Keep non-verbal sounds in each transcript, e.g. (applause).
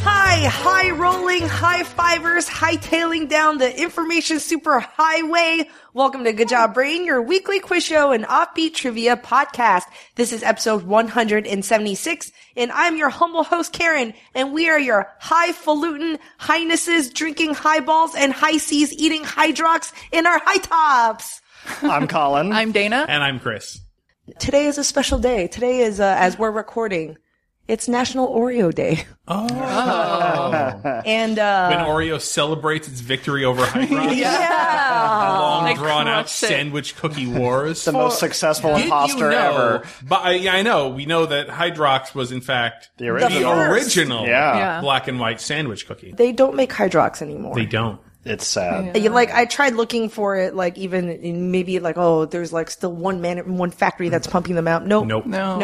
Hi, high rolling, high fivers, high tailing down the information superhighway. Welcome to Good Job Brain, your weekly quiz show and offbeat trivia podcast. This is episode 176, and I'm your humble host, Karen, and we are your highfalutin highnesses drinking highballs and high seas eating hydrox in our high tops. I'm (laughs) Colin. (laughs) I'm Dana. And I'm Chris. Today is a special day. Today is, uh, as we're recording, it's National Oreo Day. Oh. (laughs) And, uh, When Oreo celebrates its victory (laughs) over Hydrox, yeah. long They drawn out crushed it. sandwich cookie (laughs) wars. the most successful Did you imposter know- ever. But I, yeah, I know. We know that Hydrox was, in fact, The original. The first. original Yeah. Yeah. black and white sandwich cookie. they don't make Hydrox anymore. They don't. It's sad. You- like I tried looking for it, like even in maybe like oh, there's like still one man, one factory that's pumping them out. Nope, Nope. No,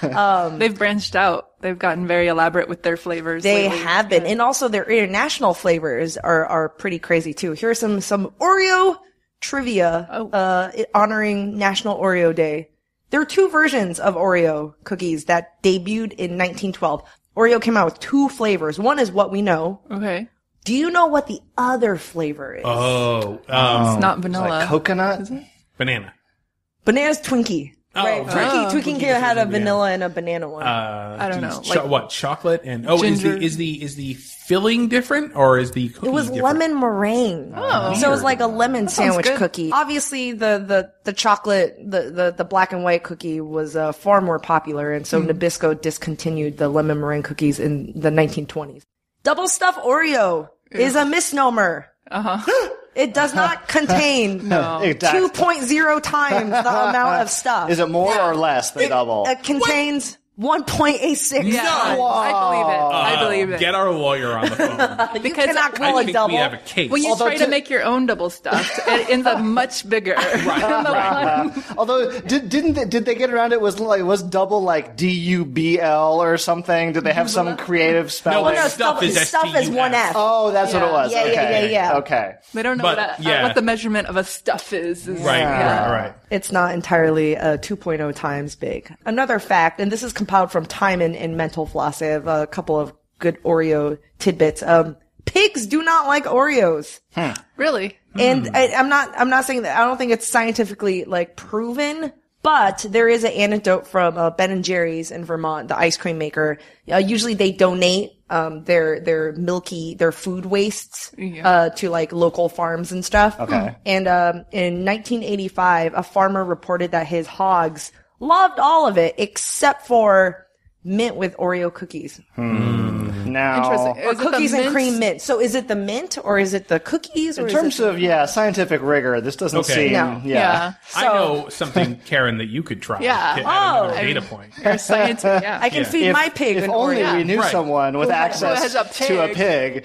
nope. They've branched out. They've gotten very elaborate with their flavors. They lately. have been, and also their international flavors are are pretty crazy too. Here are some some Oreo trivia uh, honoring National Oreo Day. There are two versions of Oreo cookies that debuted in 1912. Oreo came out with two flavors. One is what we know. Okay. Do you know what the other flavor is? Oh, um, Uh, It's not It's like vanilla. coconut. banana. Bananas Twinkie. Oh, right. right. Twinkie, Twinkie, Twinkie had a versus the vanilla and a banana one. Uh, I don't geez, know, cho- like- what chocolate and oh, Ginger. is the is the is the filling different or is the cookie it was different? lemon meringue. Oh. So it was like a lemon sounds sandwich good. cookie. Obviously the, the, the chocolate, the, the, the black and white cookie was uh, far more popular and so Nabisco discontinued the lemon meringue cookies in the 1920s. Double stuff Oreo is a misnomer. Uh-huh. (gasps) it does not contain Exactly. 2.0 times the amount of stuff. Is it more or less than double? it uh, contains 1.86 Yeah, times. I believe it. I Uh, believe it. Get our lawyer on (laughs) the phone. because cannot call when you- it I think double. we have a case. When you Although try to to- make your own (laughs) double stuffed, it ends up much bigger. (laughs) than the one. Uh, Although, did, didn't they, did they get around it? Was like was double like D U B L or something? Did they have some creative Well, spelling? no, stuff, Stuff is stuff is STUF. one F. Oh, that's what it was. Yeah, yeah, okay. yeah, yeah. Okay. They don't know But, what, a- yeah. what the measurement of a stuff is. is- right, yeah. right, right. It's not entirely uh, 2.0 times big. Another fact, and this is compiled from Time and, and Mental Floss. I have a couple of good Oreo tidbits. Um, pigs do not like Oreos, Really? and I, I'm not. I'm not saying that. I don't think it's scientifically like proven. But there is an anecdote from uh, Ben and Jerry's in Vermont, the ice cream maker. Uh, usually, they donate um, their their milky their food wastes uh, to like local farms and stuff. Hmm. Okay. And um, in 1985, a farmer reported that his hogs loved all of it except for mint with Oreo cookies Now, Interesting. or Is it the cookies and mint? cream mint. So, is it the mint or is it the cookies? Or in is terms it- of yeah, scientific rigor, this doesn't Okay. seem No. yeah. I know (laughs) something, Karen, that you could try. Yeah. To add another Oh. data point. (laughs) Or science? Yeah. I can feed If, my pig. if an only Oreo. we knew Right. someone with access has a to a pig?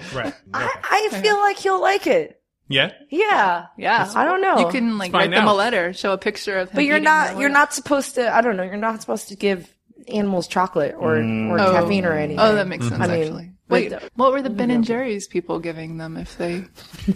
pig. Right. I feel like he'll like it. Yeah. Yeah. yeah. I don't know. You can like find write them a out. letter, show a picture of him. but you're eating not the you're Oreo. not supposed to I don't know, you're not supposed to give animals chocolate or Mm. or Oh. caffeine or anything. Oh, that makes sense. I mean, actually, but wait, the- what were the Ben and Jerry's people giving them if they?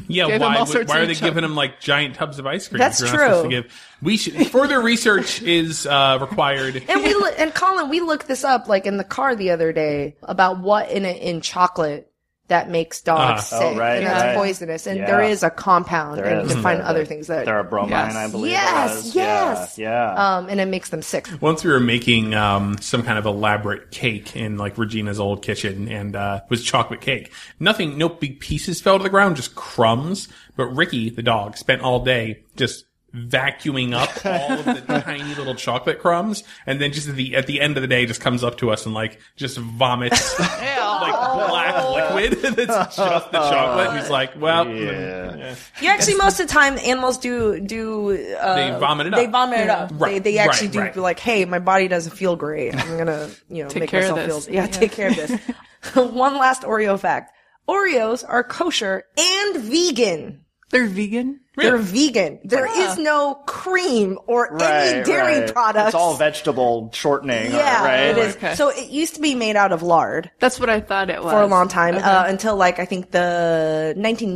Yeah. Gave them why all would- sorts why of are they chocolate. giving them like giant tubs of ice cream? That's if you're not supposed true. To give? We should further research is uh, required. (laughs) and we loo- and Colin, we looked this up like in the car the other day about what in it in chocolate that makes dogs Oh, sick right, and that's right. poisonous. And Yeah. there is a compound, There and is. you can find Mhm. other things that There are bromine, Yes. I believe. it Yes, was. yes. Yeah. yeah. um and it makes them sick. Once we were making um, some kind of elaborate cake in like Regina's old kitchen, and uh, it was chocolate cake. Nothing, no big pieces fell to the ground, just crumbs. But Ricky, the dog, spent all day just vacuuming up all of the tiny little chocolate crumbs, and then just at the at the end of the day, just comes up to us and like just (laughs) vomits like black liquid (laughs) that's just the chocolate. He's like, well, Yeah. You actually most of the time animals do do uh, they vomited up. they vomit it up. Right, they, they actually right, do right. be like, hey, my body doesn't feel great. I'm gonna you know make care of myself this. feel yeah, take care of this. (laughs) One last Oreo fact: Oreos are kosher and vegan. They're vegan. They're vegan. There is no cream or any dairy right. products. It's all vegetable shortening, yeah, right? it is. Okay. So it used to be made out of lard That's what I thought it was for a long time uh, until like I think the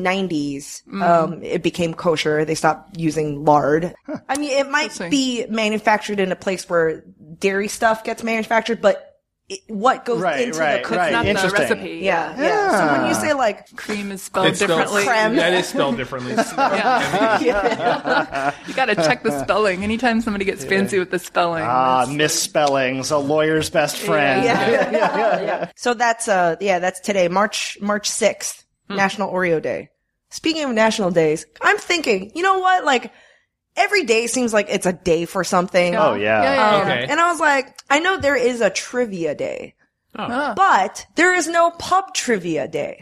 1990s. Um, it became kosher. They stopped using lard. I mean, it might be manufactured in a place where dairy stuff gets manufactured, but it, what goes Right, into right, the cooking? right. Not the Interesting. recipe. Yeah, yeah, So when you say like cream is spelled It's spelled- differently. (laughs) Creme. That is spelled differently. (laughs) You gotta check the spelling. Anytime somebody gets fancy with the spelling, Ah, it's- misspellings, a lawyer's best friend. Yeah. (laughs) So that's uh yeah, that's today, March March sixth, National Oreo Day. Speaking of national days, I'm thinking, you know what? Like every day seems like it's a day for something. Oh, yeah. Yeah, yeah, yeah. Okay. And I was like, I know there is a trivia day, Oh. but there is no pub trivia (laughs) day.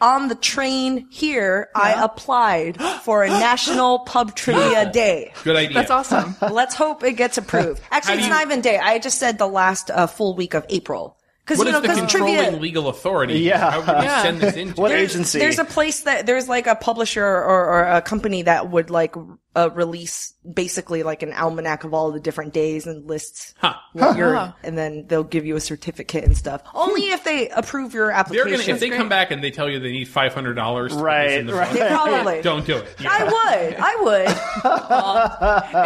On the train here, I applied for a national pub trivia day. Good idea. That's awesome. Let's hope it gets approved. Actually, do it's you- not even day. I just said the last uh, full week of April. Because What you is know, the because controlling trivia, legal authority? Yeah. How would we Yeah. send this into? What there's, agency? There's a place that there's like a publisher or, or a company that would like uh, release basically like an almanac of all the different days and lists Huh. what you're, and then they'll give you a certificate and stuff. Only if they approve your They're application. gonna if they come back and they tell you they need five hundred dollars. Right, right. Probably. (laughs) Don't do it. (laughs) I would,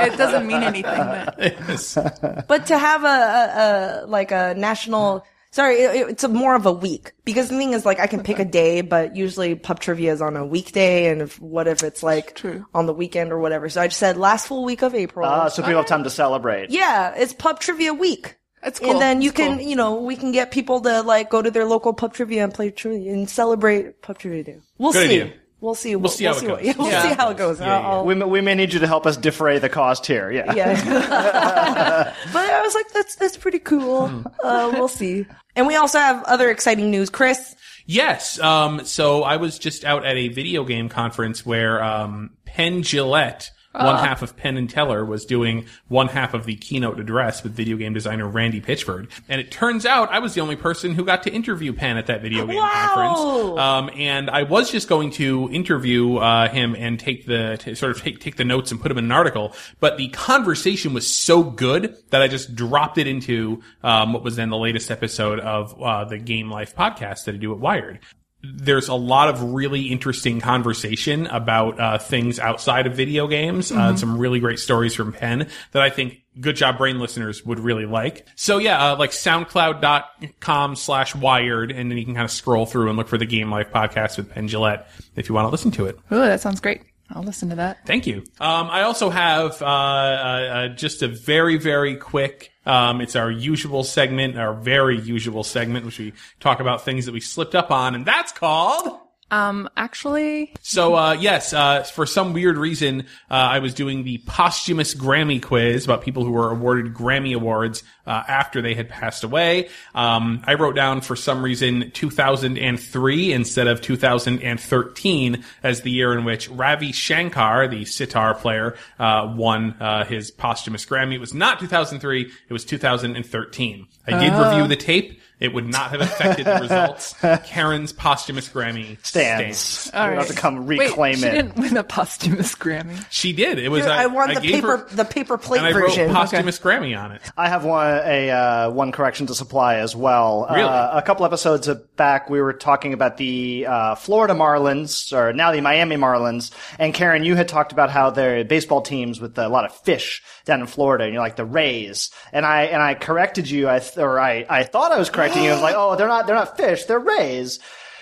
I it doesn't mean anything. But would. would, but to have a, a, a like a national. Sorry, it, it's a more of a week because the thing is like I can pick a day, but usually pub trivia is on a weekday, and if, what if it's like on the weekend or whatever? So I just said last full week of April. Ah, so people have time to celebrate. Yeah, it's pub trivia week. That's cool. And then you That's can, cool. you know, we can get people to like go to their local pub trivia and play trivia and celebrate pub trivia day. We'll Good see. idea. We'll see. We'll see how it what- goes. (laughs) We'll Yeah. see how it goes. Yeah, yeah. I'll- We, may- we may need you to help us defray the cost here. Yeah. (laughs) yeah. but I was like, that's that's pretty cool. Uh, we'll see. And we also have other exciting news, Chris. Yes. Um, so I was just out at a video game conference where um, Penn Gillette, Ah. one half of Penn and Teller, was doing one half of the keynote address with video game designer Randy Pitchford. And it turns out I was the only person who got to interview Penn at that video game Wow. conference. Um, and I was just going to interview uh, him and take the t- sort of take, take the notes and put them in an article, but the conversation was so good that I just dropped it into um, what was then the latest episode of uh, the Game Life podcast that I do at Wired. There's a lot of really interesting conversation about uh, things outside of video games. Uh, and some really great stories from Penn that I think Good Job Brain listeners would really like. So yeah, uh, like soundcloud.com slash wired, and then you can kind of scroll through and look for the Game Life podcast with Penn Gillette if you want to listen to it. Ooh, that sounds great. I'll listen to that. Thank you. Um, I also have uh, uh, uh, just a very, very quick. Um, it's our usual segment, our very usual segment, which we talk about things that we slipped up on, and that's called. Um, actually, So uh, yes, uh, for some weird reason, uh, I was doing the posthumous Grammy quiz about people who were awarded Grammy awards uh, after they had passed away. Um, I wrote down for some reason 2003 instead of 2013 as the year in which Ravi Shankar, the sitar player, uh, won uh, his posthumous Grammy. It was not 2003; it was 2013. I did review the tape. It would not have affected the results. Karen's posthumous Grammy Stands. stands. We don't have to come wait, reclaim she it. didn't win a posthumous Grammy. She did. It was. I won the gave paper her- the paper plate and I version. wrote posthumous Grammy on it. I have one a uh, one correction to supply as well. Really? Uh, a couple episodes back, we were talking about the uh, Florida Marlins, or now the Miami Marlins, and Karen, you had talked about how their baseball teams with a lot of fish down in Florida, and you're like the Rays, and I and I corrected you, I th- or I I thought I was correcting you. I was like, oh, they're not they're not fish, they're Rays.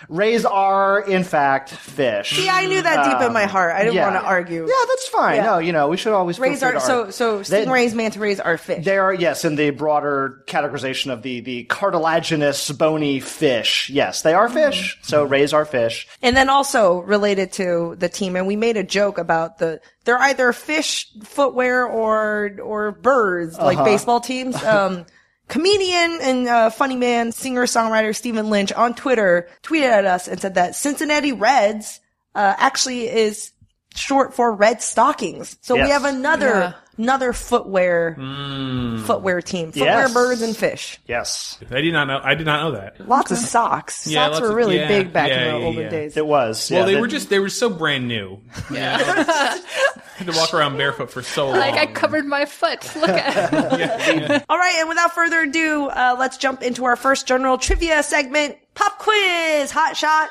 Rays are in fact fish. See, I knew that deep in my heart. I didn't yeah. want to argue. Yeah, that's fine. Yeah. No, you know, we should always feel Rays free are to so argue. so They- stingrays, manta rays are fish. They are, yes, in the broader categorization of the, the cartilaginous bony fish. Yes, they are fish. So rays are fish. And then also related to the team, and we made a joke about the they're either fish footwear or or birds Uh-huh. like baseball teams. (laughs) Um, comedian and uh, funny man, singer songwriter Stephen Lynch on Twitter tweeted at us and said that Cincinnati Reds uh, actually is short for red stockings. So we Yes. have another another footwear Hmm. footwear team. Footwear Yes. birds and fish. Yes, I did not know. I did not know that. Lots of socks. Yeah, socks lots were of- really yeah, big back yeah, in the yeah, olden yeah. days. it was. Well, yeah, they that- were just they were so brand new. Yeah, I (laughs) had to walk around barefoot for so long. Like I covered my foot. Look (laughs) at it. All right, and without further ado, uh, let's jump into our first general trivia segment. Pop quiz, hot shot.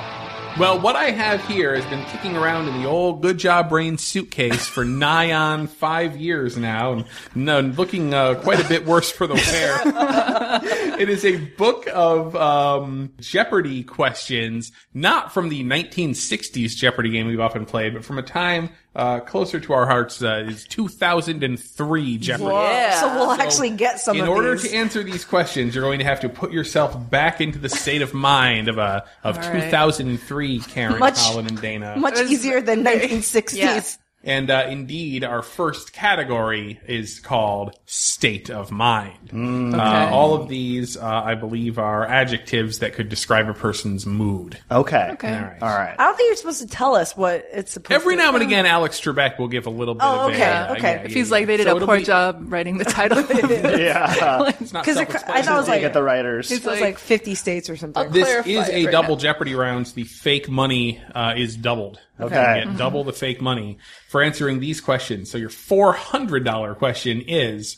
Well, what I have here has been kicking around in the old good job brain suitcase for nigh on five years now, and, no, looking uh, quite a bit worse for the wear. it is a book of um, Jeopardy questions, not from the 1960s Jeopardy game we've often played, but from a time uh, closer to our hearts uh, is 2003 Jeopardy. Yeah. So we'll So, actually get some In of order these. to answer these questions, you're going to have to put yourself back into the state of mind of a of All right. 2003 Karen, Much- Colin, and Dana. Much It was- easier (laughs) than 1960s. Yeah. and uh, indeed, our first category is called state of mind. Hmm. Uh, all of these, uh, I believe, are adjectives that could describe a person's mood. okay. Okay. All right. All right. I don't think you're supposed to tell us what it's supposed Every to now and again, Alex Trebek will give a little bit Oh, of okay, a. uh, okay. yeah, If yeah, Feels yeah. like they did So a it'll poor be- job writing the title. (laughs) It's Yeah. It's not Because I self-explanatory. thought it was Dig like, at the writers. it was like- like 50 states or something. This clarify is it a right double now. Jeopardy rounds. The fake money uh, is doubled. Okay. You get double the fake money for answering these questions. So your four hundred dollar question is: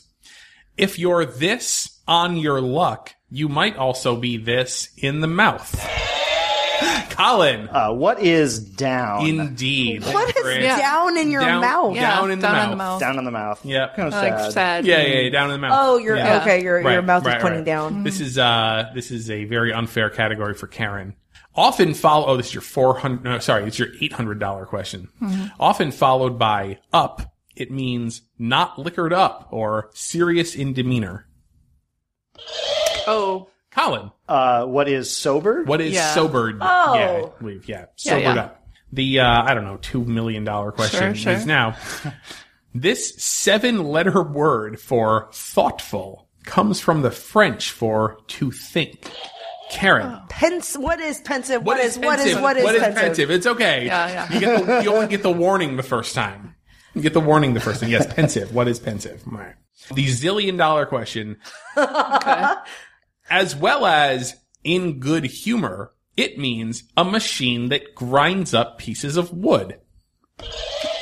If you're this on your luck, you might also be this in the mouth. (gasps) Colin, Uh, what is down? indeed. What is Great. Yeah. down in your Down- mouth? yeah. Down in the on the mouth. mouth. down in the mouth. Yep. Kind of Like sad. sad. Yeah, yeah, yeah, down in the mouth. Oh, you're Yeah. okay. Your your Right, mouth right, is pointing right. down. This is uh this is a very unfair category for Karen. Often follow oh this is your 400 no sorry, it's your $800 question. Often followed by up, it means not liquored up or serious in demeanor. oh, Colin, Uh, what is sober? what is Yeah. sobered? Oh. Yeah, I believe, yeah. Sobered yeah. up. The uh I don't know, 2 million dollar question sure. is now this seven letter word for thoughtful comes from the French for to think. Karen, Oh. Pens- what is pensive? what is, what is pensive? what is pensive? pensive? It's okay. Yeah, yeah. You, get the, you only get the warning the first time. You get the warning the first time. Yes, pensive. What is pensive? All right. The zillion dollar question, as well as in good humor, it means a machine that grinds up pieces of wood.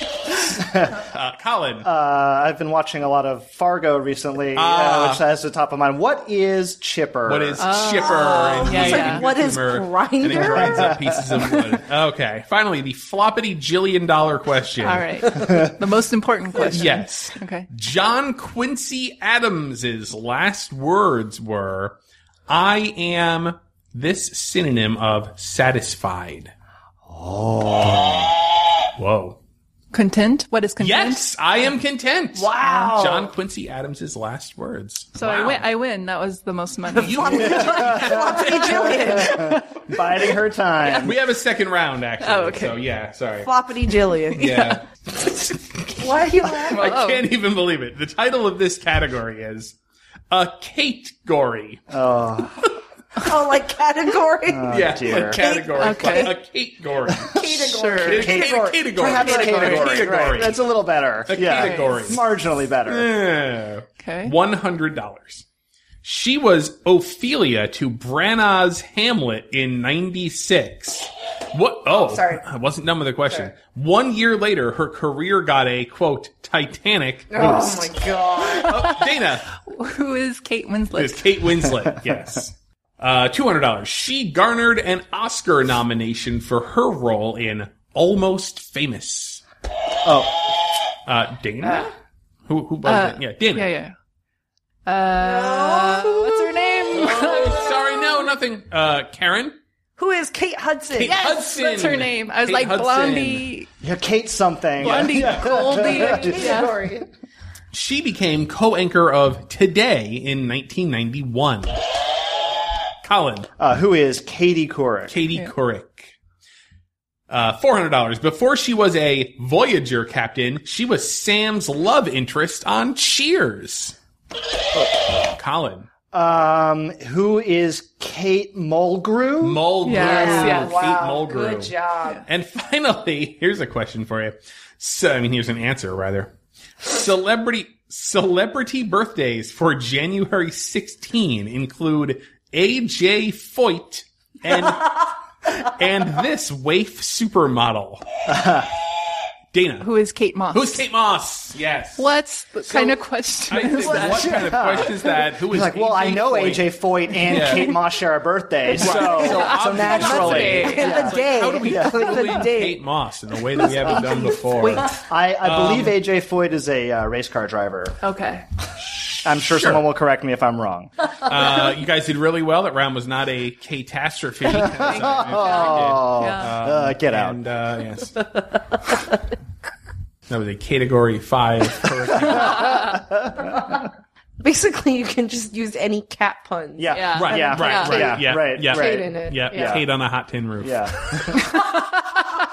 uh, Colin, Uh, I've been watching a lot of Fargo recently, Ah. uh, which has the top of mind. What is chipper? what is chipper? And yeah, he's yeah. uh, in good What is humor, And it grinder? grinds up pieces of wood. Okay. Finally, the floppity jillion dollar question. all right. the most (laughs) important question. (laughs) Yes. Okay. John Quincy Adams's last words were, "I am this synonym of satisfied." Oh. Whoa. Content. What is content? Yes, I am content. Wow. John Quincy Adams's last words. So I win. I win. That was the most money. (laughs) You- Floppy Jillian. Biding her time. we have a second round, actually. Oh, okay. So yeah, sorry. Floppity (laughs) Jillian. Yeah. Why are you laughing? (laughs) Oh, I can't even believe it. The title of this category is a Kate Gory. (laughs) Oh, like category. yeah, dear. a category. Okay. A Kate Gory. Sure. It's Kate Kate- Gory. Category. Perhaps (laughs) Category. category. Category. Right. That's a little better. A yeah. category. Marginally better. Yeah. Okay. $100. She was Ophelia to Branagh's Hamlet in 96. What? Oh, Sorry. I wasn't done with the question. One year later, her career got a quote, Titanic. Oh my god. Oh, Dana (laughs) Who is Kate Winslet? is Kate Winslet. Yes. Uh, $200. She garnered an Oscar nomination for her role in Almost Famous. Oh, Uh, Dana? Who, who was Uh, it? Yeah, Dana. Yeah, yeah. Uh, what's her name? Oh, sorry, no, nothing. Uh, Karen? Who is Kate Hudson? Kate (laughs) Yes, Hudson. That's her name. I was Kate like Hudson. Blondie, yeah, Kate something. (laughs) Blondie, Goldie. (laughs) yeah. She became co-anchor of Today in 1991. Colin, Uh, who is Katie Couric? Katie Couric. Uh, $400. Before she was a Voyager captain, she was Sam's love interest on Cheers. Oh. Colin. Um, who is Kate Mulgrew? Mulgrew. Yes, yes. Kate Wow. Mulgrew. Good job. And finally, here's a question for you. So, I mean, here's an answer rather. Celebrity Celebrity birthdays for January 16 include AJ Foyt (laughs) and and this waif supermodel. Dana. Who is Kate Moss? Who's Kate Moss? Yes. What kind of question I is think, that? what kind of question is that? Who is He's like, well, I know Foyt? AJ Foyt and Yeah. Kate Moss share a birthday, so, so (laughs) obviously- naturally. That's And the day. How do we Yeah. include The date. Kate Moss in a way that we haven't (laughs) done before? I, Um, I believe AJ Foyt is a uh, race car driver. Okay. I'm sure, Sure. someone will correct me if I'm wrong. Uh, you guys did really well. That round was not a catastrophe. (laughs) As I- Oh, Yeah. uh, get out. and uh, yes, that was a (laughs) category five. hurricane. Basically, you can just use any cat puns. yeah. Yeah. Right, Yeah. right, right, Yeah. yeah, Right. yeah. Right. Kate in it. yeah, Yeah. Kate on a hot tin roof. Yeah.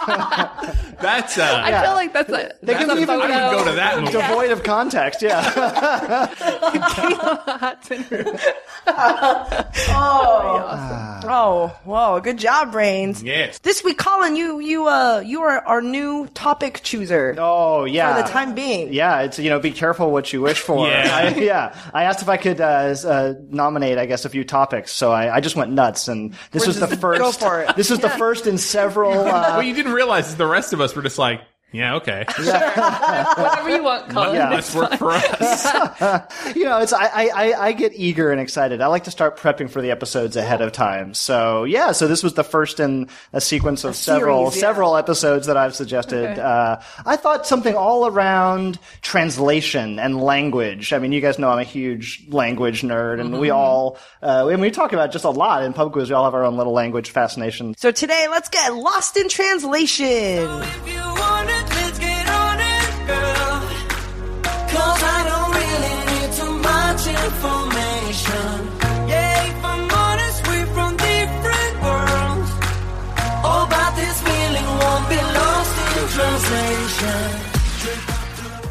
(laughs) That's. I Uh, feel like that's a. They that's can a even I photo. would go to that movie. Devoid of context. Yeah. Hot dinner. Oh, whoa! Good job, brains. Yes. This week, Colin, you you uh you are our new topic chooser Oh, yeah. for the time being. Yeah, it's you know, be careful what you wish for. Yeah. (laughs) I, yeah. I asked if I could uh, s- uh, nominate, I guess, a few topics, so I, I just went nuts, and this was the first. (laughs) go for it. (laughs) This was the first in several. Uh, What you didn't realize is the rest of us were just like, yeah, okay, Whatever you (laughs) want, Colin. Yeah. let's work for us. you know, it's I, I I- I get eager and excited. I like to start prepping for the episodes ahead of time. So yeah, so this was the first in a sequence of several series, yeah. several episodes that I've suggested. Uh, I thought something all around translation and language. I mean, you guys know I'm a huge language nerd, and Mm-hmm. we all uh, and we talk about it just a lot in pub quiz. We all have our own little language fascination. So today, let's get lost in translation. If you want it, let's get on it, girl. 'Cause I don't really need too much information. Yeah, if I'm honest, we're from different worlds. Oh, but this feeling won't be lost in translation.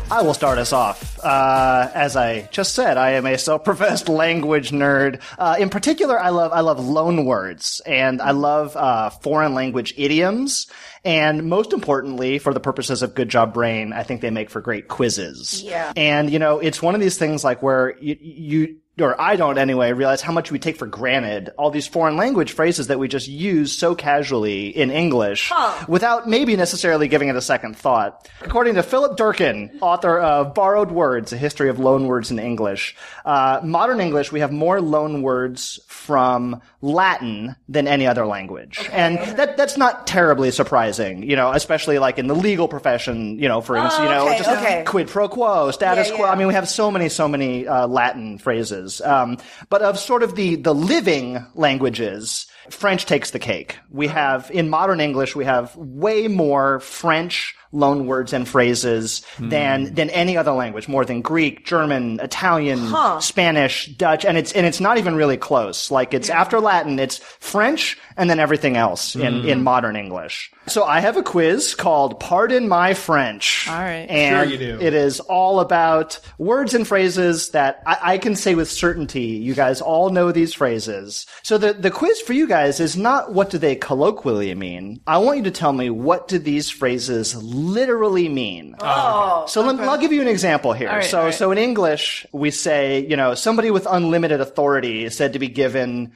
I will start us off. Uh, as I just said, I am a self-professed (laughs) language nerd. Uh, in particular, I love I love loan words and I love uh, foreign language idioms. And most importantly, for the purposes of Good Job Brain, I think they make for great quizzes. Yeah. And you know, it's one of these things like where you. you or I don't anyway, realize how much we take for granted all these foreign language phrases that we just use so casually in English without maybe necessarily giving it a second thought. According to Philip Durkin, author of Borrowed Words, A History of Loan Words in English, uh, modern English, we have more loan words from Latin than any other language. And that, that's not terribly surprising, you know, especially like in the legal profession, you know, for instance, you know, Oh, okay, just okay. quid pro quo, status Yeah, quo. yeah. I mean, we have so many, so many uh, Latin phrases. Um, but of sort of the the living languages, French takes the cake. We Uh-huh. have in modern English, we have way more French loan words and phrases Hmm. than than any other language, more than Greek, German, Italian, Spanish, Dutch, and it's and it's not even really close. Like it's after Latin, it's French, and then everything else in Mm-hmm. in modern English. So I have a quiz called "Pardon My French." All right. and Sure you do. It is all about words and phrases that I, I can say with certainty. You guys all know these phrases. So the, the quiz for you guys is not what do they colloquially mean. I want you to tell me what do these phrases literally mean. Ah. Oh. So let, I'll give you an example here. right, so all right. so in English we say you know somebody with unlimited authority is said to be given.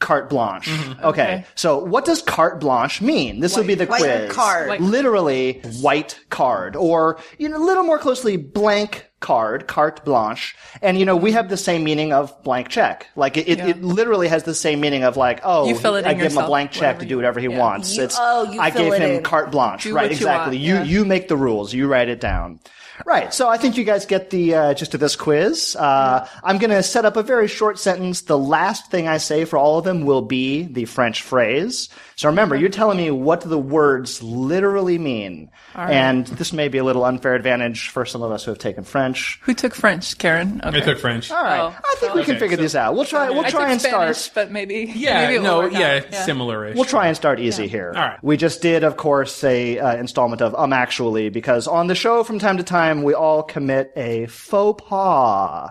Carte blanche. Mm-hmm. Okay. So what does carte blanche mean? This will be the White quiz card. White literally white card or you know a little more closely blank card carte blanche and you know we have the same meaning of blank check like it, it, it literally has the same meaning of like oh You fill it i in give him a yourself, blank check whatever to you- do whatever he yeah. wants You- it's oh, you i fill gave it him in. carte blanche Do right what you exactly want, you yeah. you make the rules you write it down right so i think you guys get the uh, gist of this quiz uh, i'm going to set up a very short sentence the last thing i say for all of them will be the french phrase so remember you're telling me what the words literally mean and this may be a little unfair advantage for some of us who have taken french Who took French, Karen? Okay. I took French. all right Oh. i think we can Okay, figure so- these out we'll try we'll I try took and Spanish, start but maybe Yeah, maybe it will no, work out. yeah, similarish. We'll try and start easy here. All right. We just did, of course, a uh, installment of um actually because on the show from time to time we all commit a faux pas.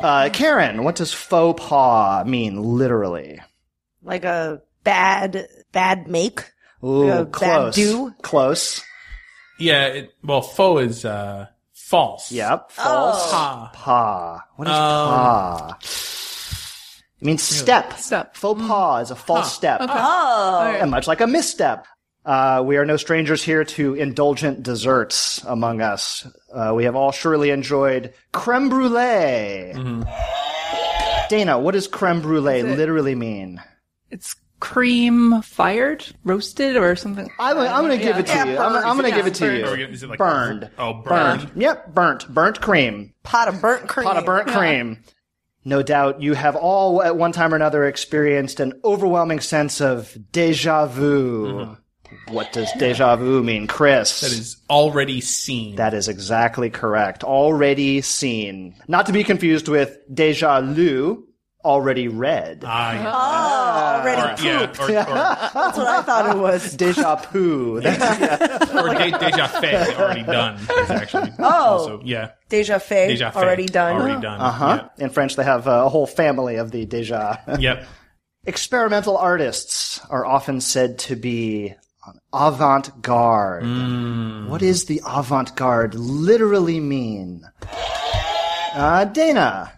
Uh, Karen, what does faux pas mean literally? Like a bad bad make. Ooh, Uh, bad close. do? Close. Yeah, it, well, faux is uh, False. Yep. Oh. False. Pa. Pa. What is Um, pa? It means step. Step. Hmm. Faux pas is a false step. Oh. And much like a misstep. Uh, we are no strangers here to indulgent desserts among us. Uh, we have all surely enjoyed creme brulee. Mm-hmm. Dana, what does creme brulee literally mean? It's cream fired, roasted, or something. I'm, I'm going to give it to you. I'm, I'm going to give it to Or are we you. gonna- is it like- Burned. Oh, burned. Yep, burnt. Burnt cream. Pot of burnt cream. pot of burnt cream. No doubt you have all at one time or another experienced an overwhelming sense of deja vu. What does deja vu mean, Chris? Mm-hmm. That is already seen. That is exactly correct. Already seen. Not to be confused with deja lu, already read. Ah, yeah. Oh, Already Or- yeah, or, That's what I thought it (laughs) was. deja poo. That's- or, or de- deja fait already done is actually oh yeah Deja fe. deja fait already done. already done huh? In French, they have a whole family of the deja. Yep. yep (laughs) Experimental artists are often said to be avant garde. What does the avant garde literally mean? Uh, Dana.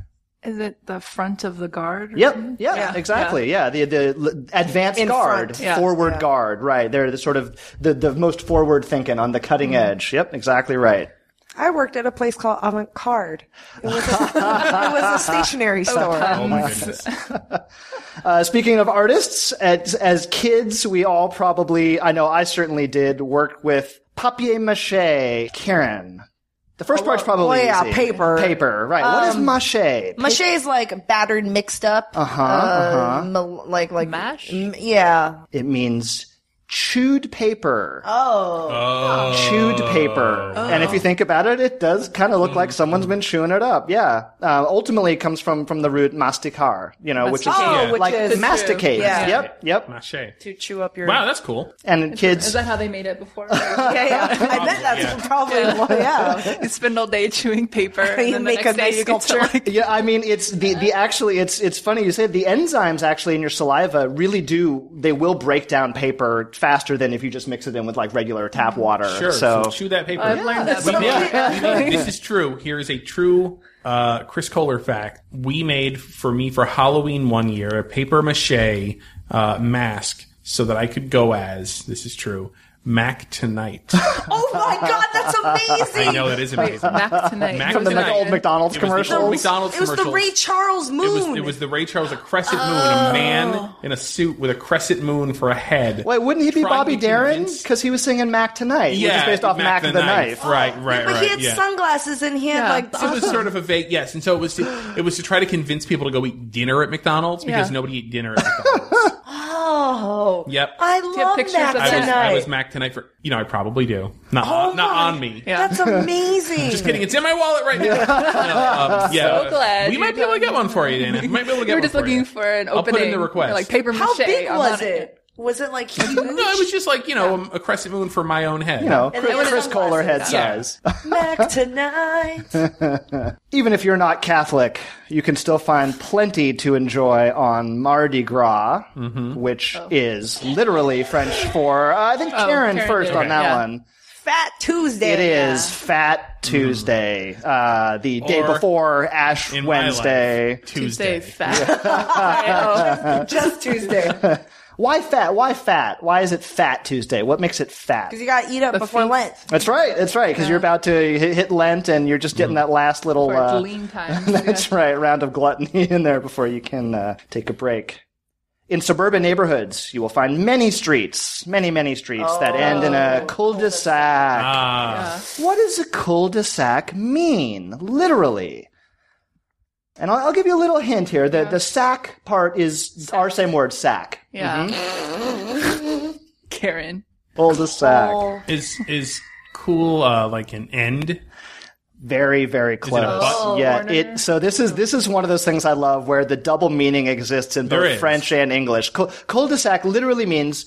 Is it the front of the guard? or Yep. something? Yeah, exactly. Yeah. The, the l- advanced guard, front, yeah. forward guard, right. They're the sort of the, the most forward thinking on the cutting edge. Yep. Exactly right. I worked at a place called Avant Card. It was a, (laughs) it was a (laughs) stationery store. oh my goodness Uh, speaking of artists, as, as kids, we all probably, I know I certainly did, work with papier mache. Karen. The first part's probably well, yeah, easy. paper. Paper, right. what is mache? Mache is like battered, mixed up. Uh-huh, like like Mash? m- yeah. It means chewed paper. oh Chewed paper. And if you think about it, it does kind of look like someone's been chewing it up. Yeah. Uh, ultimately, it comes from, from the root masticar, you know, which is Masticate. Oh, which like is- masticate. Yeah. Yep, yep. mache wow To chew up your that's cool And Is kids, that how they made it before? Yeah, yeah. (laughs) I bet that's yeah. probably why. (laughs) Yeah. You spend all day chewing paper. You and then the make a next day nice you get (laughs) to, sculpture. like, Yeah, I mean, it's the, the actually, it's, it's funny you say the enzymes actually in your saliva really do, they will break down paper faster than if you just mix it in with like regular tap water. Mm-hmm. sure so, So, chew that paper Oh, I've learned that we from- made, we made- this is true here is a true uh, Chris Kohler fact we made for me for Halloween one year a paper mache uh, mask so that I could go as this is true (laughs) Mac tonight oh my (laughs) god, that's amazing. I know that is amazing Mac tonight. Mac from the tonight. old McDonald's It was the commercials. old McDonald's It was the commercials. Ray Charles Oh. moon. It was, it was the Ray Charles, a crescent moon, a man in a suit with a crescent moon for a head. Wait, wouldn't he be Trying Bobby to Darin? convince- Because he was singing Mac Tonight, which is based off Mac, the, Knife. Right, right, but right. he had yeah. sunglasses and he had Yeah. like So it was sort of a vague yes, and so it was to, it was to try to convince people to go eat dinner at McDonald's because Yeah. nobody ate dinner at (laughs) McDonald's. oh. yep. I have love pictures that of I was, tonight. I was Mac tonight for you know I probably do not Oh on, not my- on me. (laughs) Yeah. That's amazing. Just kidding. It's in my wallet (laughs) right now. No, um, yeah. So glad we you might be able to told get me. one for you, Dana. We might (laughs) be able to We get were one just for looking you. for an I'll opening. put in the request. Like paper How mache. big I was want it? Was it (laughs) like huge? No, it was just like you know a, a crescent moon for my own head. You know, Chris, was Chris sunglasses, Kohler head yeah. size. Mac tonight. (laughs) (laughs) Even if you're not Catholic, you can still find plenty to enjoy on Mardi Gras, Mm-hmm. which is literally French for, uh, I think Karen, Karen first did. on Okay. that Yeah. one. Fat Tuesday. It is Fat Tuesday, uh, the day Or before Ash In my life, Wednesday. Tuesday. Tuesday (laughs) fat. Ohio. Just Tuesday. (laughs) Because Why fat? Why fat? Why is it Fat Tuesday? What makes it fat? you got to eat up before feet. Lent. That's right. That's right. Because you're about to hit, hit Lent, and you're just getting that last little Or it's uh, lean time. (laughs) (laughs) That's right, round of gluttony in there before you can uh, take a break. In suburban neighborhoods, you will find many streets, many, many streets that end in a cul-de-sac. Ah. What does a cul-de-sac mean, literally? And I'll, I'll give you a little hint here. The, the sack part is our same word, sack. (laughs) Yeah. Karen. Cul-de-sac. is is cool uh, like an end Very, very close. button? yeah, it. So this is this is one of those things I love where the double meaning exists in There both is. French and English. Cul- cul-de-sac literally means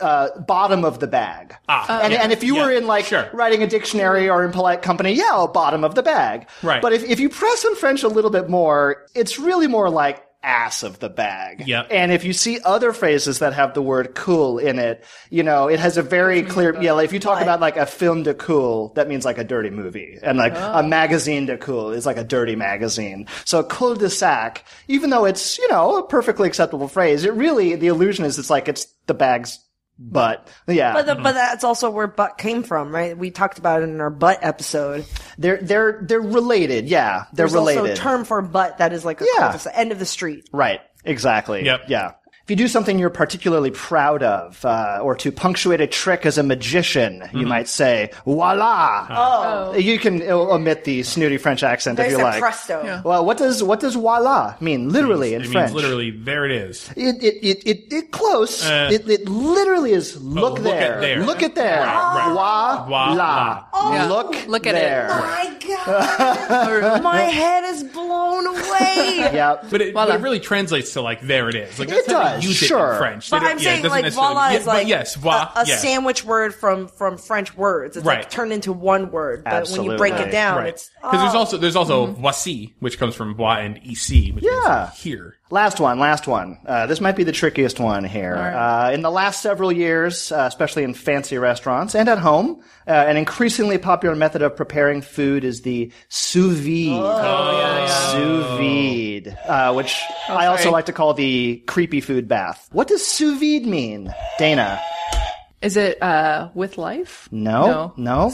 uh, bottom of the bag. Ah, and, yeah, and if you yeah, were in like sure. writing a dictionary or in polite company, yeah, oh, bottom of the bag. Right. But if if you press in French a little bit more, it's really more like ass of the bag. Yep. And if you see other phrases that have the word cool in it, you know, it has a very clear, yeah, like if you talk about like a film de cool, that means like a dirty movie. And like Oh. a magazine de cool is like a dirty magazine. So cul de sac, even though it's, you know, a perfectly acceptable phrase, it really, the illusion is it's like it's the bag's butt. Yeah. But, the, but that's also where butt came from, right? We talked about it in our butt episode. they're, they're, they're related. Yeah. They're There's related. also a term for butt that is like a Yeah. cul-de-sac, end of the street. Right. Exactly. Yep. Yeah. If you do something you're particularly proud of, uh, or to punctuate a trick as a magician, Mm-hmm. you might say "voila." Oh, you can uh, omit the snooty French accent I if you said like. presto. Well, what does what does "voila" mean literally it in means French? literally there it is. It it it it, it close. Uh, Oh, it, it literally is look, look there. at there. Look at there. Right, right. Voila. Voila. Oh, Yeah. Look. Look at it. there. (laughs) My God, my head is blown (laughs) away. Yep. But it, but Voila. it really translates to like there it is. Like It that's how they does, use it sure. in French. They But don't- I'm yeah, it saying doesn't like necessarily- voila yeah, is but like yes, voila, a, a yeah. sandwich word from from French words. It's like Right. turned into one word, but when you break it Absolutely. down, Right. it's Because there's also there's also Mm-hmm. voici, which comes from bois and ec, which means Yeah. here. Last one, last one. Uh, this might be the trickiest one here. Uh, in the last several years, uh, especially in fancy restaurants and at home, uh, an increasingly popular method of preparing food is the sous vide. Oh, Uh, Sous vide, uh, which I also sorry. like to call the creepy food bath. What does sous vide mean, Dana? Is it uh, with life? No, no.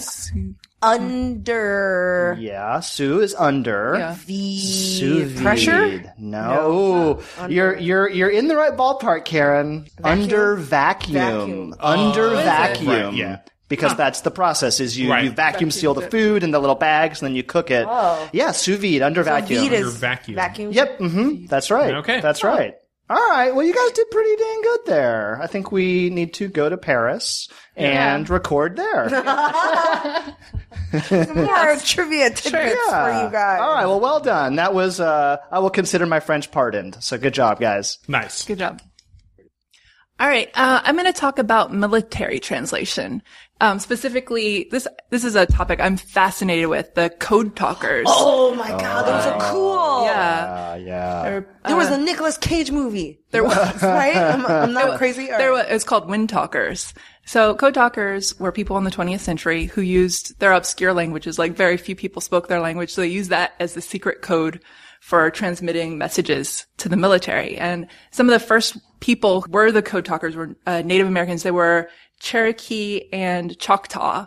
under Yeah, sous is under. Yeah. the Sous vide. pressure. No, you're you're you're in the right ballpark, Karen. Under vacuum, Vacuum. under vacuum. Right, yeah. Because that's the process: is you, Right. you vacuum seal the food in the little bags, and then you cook it. Oh. Yeah, sous vide under vacuum. Vide Your is vacuum. vacuum. Yep, hmm that's right. Okay. that's right. All right. Well, you guys did pretty dang good there. I think we need to go to Paris and (laughs) record there. Some more trivia tidbits for you guys. All right. Well, well done. That was. Uh, I will consider my French pardoned. So good job, guys. Nice. Good job. All right, uh, I'm going to talk about military translation. Um, specifically, this this is a topic I'm fascinated with: the code talkers. Oh my God, those are cool. yeah. uh, Uh, yeah. There was a Nicolas Cage movie. There was, (laughs) right? I'm, I'm not crazy. All (laughs) There right. was, it was called wind talkers. So code talkers were people in the 20th century who used their obscure languages, like very few people spoke their language. So they used that as the secret code for transmitting messages to the military. And some of the first people who were the code talkers were uh, Native Americans. They were Cherokee and Choctaw.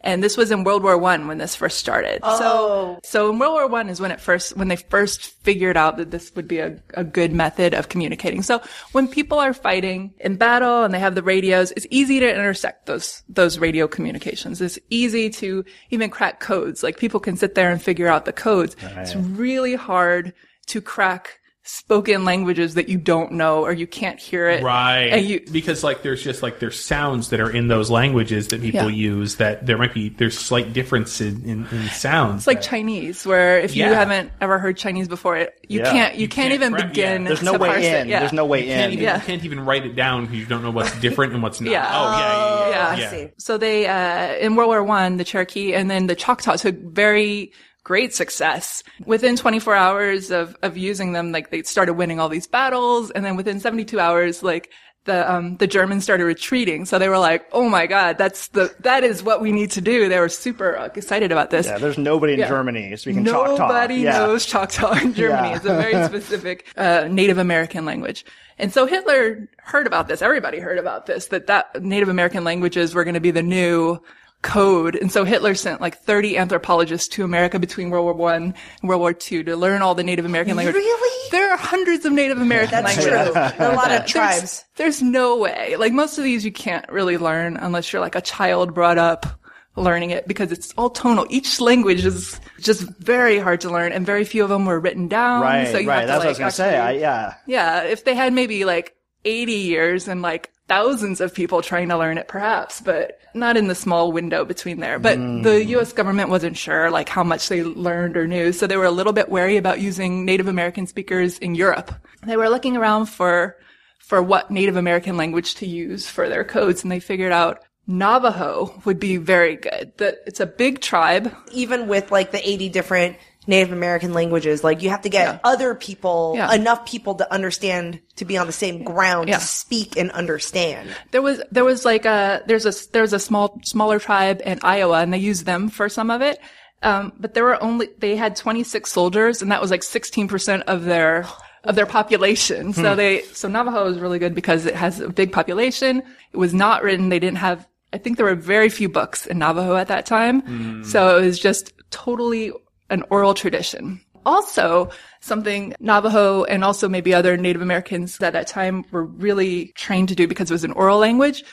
And this was in World War One when this first started. So, so in World War One is when it first, when they first figured out that this would be a, a good method of communicating. So when people are fighting in battle and they have the radios, it's easy to intersect those, those radio communications. It's easy to even crack codes. Like people can sit there and figure out the codes. It's really hard to crack spoken languages that you don't know or you can't hear it. Right. And you, because like there's just like there's sounds that are in those languages that people Yeah. use that there might be there's slight differences in, in sounds. It's like that- Chinese, where if you Yeah. haven't ever heard Chinese before, it you Yeah. can't you, You can't, can't even cra- yeah. begin. There's no to parse way in. It. Yeah. There's no way you in. can't even Yeah. you can't even write it down because you don't know what's different and what's (laughs) not. Yeah. Oh yeah, yeah, yeah. Yeah. I yeah. see. So they uh, in World War One, the Cherokee and then the Choctaw took very great success within 24 hours of of using them. Like they started winning all these battles, and then within 72 hours, like. The um the Germans started retreating, so they were like, "Oh my God, that's the that is what we need to do." They were super uh, excited about this. Yeah, there's nobody in Yeah. Germany speaking Nobody Choctaw. yeah. knows Choctaw in Germany. Yeah. It's a very specific uh, Native American language. And so Hitler heard about this. Everybody heard about this, that, that Native American languages were going to be the new code. And so Hitler sent like 30 anthropologists to America between World War One and World War Two to learn all the Native American languages. Really? There are hundreds of Native American That's true. languages. There are a lot of There's- tribes. There's, no way. Like most of these you can't really learn unless you're like a child brought up learning it because it's all tonal. Each language is just very hard to learn and very few of them were written down. Right, so you right. Have to, That's what I was like, gonna say. I, actually- yeah, yeah. If they had maybe like 80 years and like thousands of people trying to learn it perhaps, but not in the small window between there. But the US government wasn't sure like how much they learned or knew. So they were a little bit wary about using Native American speakers in Europe. They were looking around for for what Native American language to use for their codes, and they figured out Navajo would be very good. That it's a big tribe. even with like the 80 different Native American languages. Like you have to get Yeah. other people, Yeah. enough people to understand, to be on the same ground, Yeah. to speak and understand. There was there was like a there's a there's a small smaller tribe in Iowa and they used them for some of it. Um, but there were only they had 26 soldiers and that was like 16% of their of their population. So they so Navajo is really good because it has a big population. It was not written. They didn't have I think there were very few books in Navajo at that time. So it was just totally an oral tradition. Also, something Navajo and also maybe other Native Americans at that time were really trained to do because it was an oral language.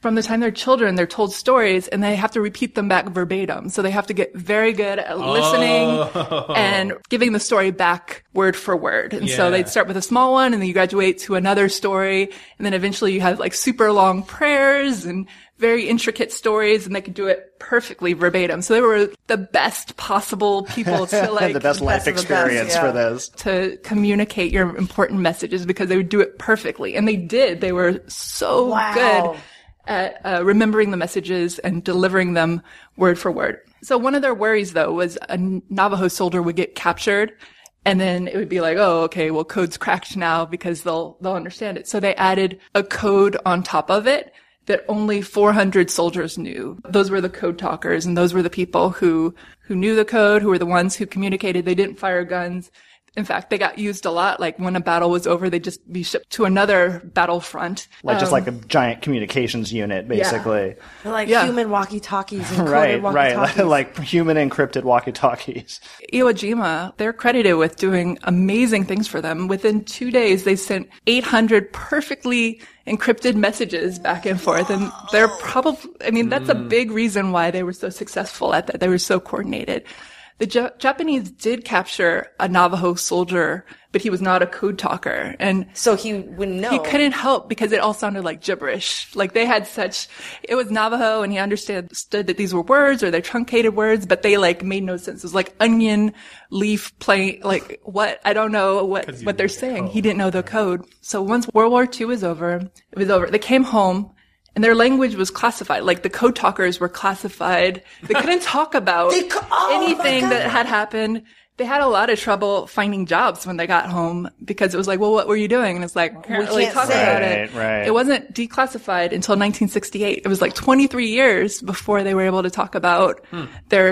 From the time they're children, they're told stories and they have to repeat them back verbatim. So they have to get very good at listening and giving the story back word for word. And so Yeah. they'd start with a small one and then you graduate to another story. And then eventually you have like super long prayers and very intricate stories and they could do it perfectly verbatim. So they were the best possible people to (laughs) like the best life best of the best, experience yeah. for those. to communicate your important messages because they would do it perfectly. And they did. They were so Wow. good at uh, remembering the messages and delivering them word for word. So one of their worries though was a Navajo soldier would get captured and then it would be like, oh, okay, well, code's cracked now because they'll, they'll understand it. So they added a code on top of it that only 400 soldiers knew. Those were the code talkers and those were the people who, who knew the code, who were the ones who communicated. They didn't fire guns. In fact, they got used a lot. Like when a battle was over, they'd just be shipped to another battlefront. Like just like a Um, giant communications unit, basically. They're like Yeah. human walkie talkies and Right, coded walkie right. (laughs) talkies. like human encrypted walkie talkies. Iwo Jima, they're credited with doing amazing things for them. Within two days, they sent 800 perfectly encrypted messages back and forth. And they're probably, I mean, that's a big reason why they were so successful at that. They were so coordinated. The Ja- Japanese did capture a Navajo soldier, but he was not a code talker. And so he wouldn't know. he couldn't help because it all sounded like gibberish. Like they had such, it was Navajo and he understood stood that these were words or they're truncated words, but they like made no sense. It was like onion leaf playing, like what? I don't know what, what they're saying. He didn't know the code. So once World War II was over, it was over. They came home. And their language was classified, like the code talkers were classified. (laughs) They couldn't talk about They cou- oh my anything God. that had happened. They had a lot of trouble finding jobs when they got home because it was like, well, what were you doing? And it's like, can't really can't talk say. about it. Right, right. It wasn't declassified until 1968. It was like 23 years before they were able to talk about Hmm. their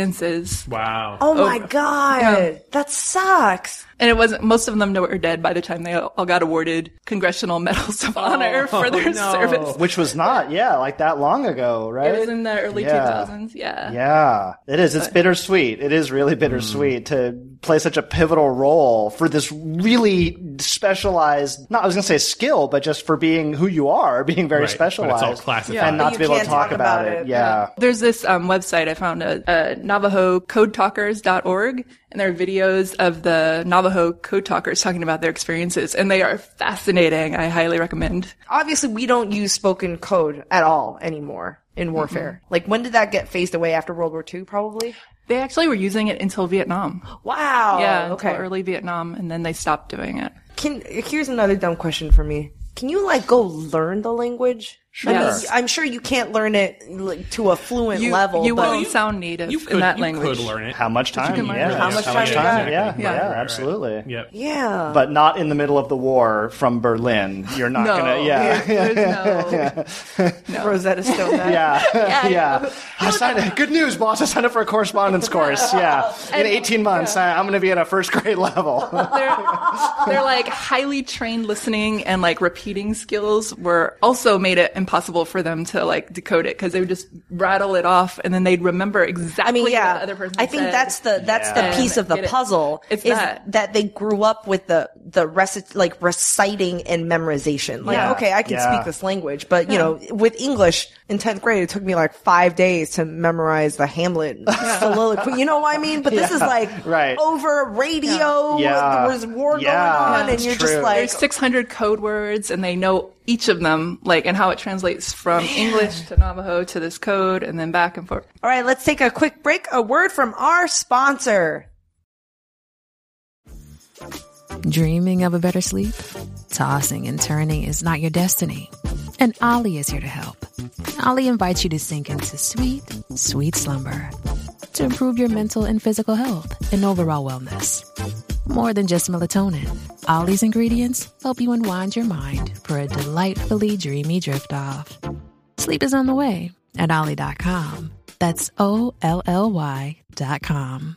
experiences. Wow. Oh my god, that sucks. And it wasn't, most of them were dead by the time they all got awarded Congressional Medals of Honor Oh, for their (laughs) no. service. (laughs) Which was not, yeah, like that long ago, right? It was in the early Yeah. 2000s. Yeah. Yeah, it is. It's bittersweet. It is really bittersweet to play such a pivotal role for this really specialized, not, I was going to say skill, but just for being who you are, (laughs) being very Right, but it's all specialized. classified. And But not you to be able to can't talk, about, it. Yeah. There's this um, website I found, uh, uh, NavajoCodeTalkers.org, and there are videos of the Navajo code talkers talking about their experiences, and they are fascinating. I highly recommend. Obviously, we don't use spoken code at all anymore in warfare. Like, when did that get phased away after World War II? Probably. They actually were using it until Vietnam. Wow. yeah, until Okay. early Vietnam, and then they stopped doing it. Can here's another dumb question for me. Can you like go learn the language? Sure. I Yes. am sure you can't learn it like, to a fluent You, level. you but won't sound native You in could, that you language. could learn it. How much time? can learn yeah. really How much time you got? exactly. Yeah, yeah, Yeah. Right, right, absolutely. Yep. yeah. But not in the middle of the war from Berlin. You're not No, going to, (laughs) yeah. there's (laughs) no. (laughs) Rosetta Stone. that. Yeah, yeah. I signed up- Good news, boss. I signed up for a correspondence course. Yeah. In 18 months, I, I'm going to be at a first grade (laughs) level. They're, they're like highly trained listening and like repeating skills were also made it impossible for them to like decode it because they would just rattle it off and then they'd remember exactly I mean, yeah. what the other person I think said. that's the that's Yeah. the piece of the Get it. puzzle It's is that. they grew up with the the recit- like reciting and memorization. Like, Yeah. okay, I can Yeah. speak this language, but you know, with English in tenth grade, it took me like five days to memorize the (laughs) Hamlet soliloquy. You know what I mean? But this is like (laughs) Right. over radio. Yeah. There was war Yeah. going on, Yeah. and you're It's just true. like, there's 600 code words and they know each of them like and how it translates from English to Navajo to this code and then back and forth. all right, let's take a quick break. A word from our sponsor. Dreaming of a better sleep? Tossing and turning is not your destiny. And Ollie is here to help. Ollie invites you to sink into sweet, sweet slumber to improve your mental and physical health and overall wellness. More than just melatonin, all these ingredients help you unwind your mind for a delightfully dreamy drift off. Sleep is on the way at ollie.com. That's O L L Y dot com.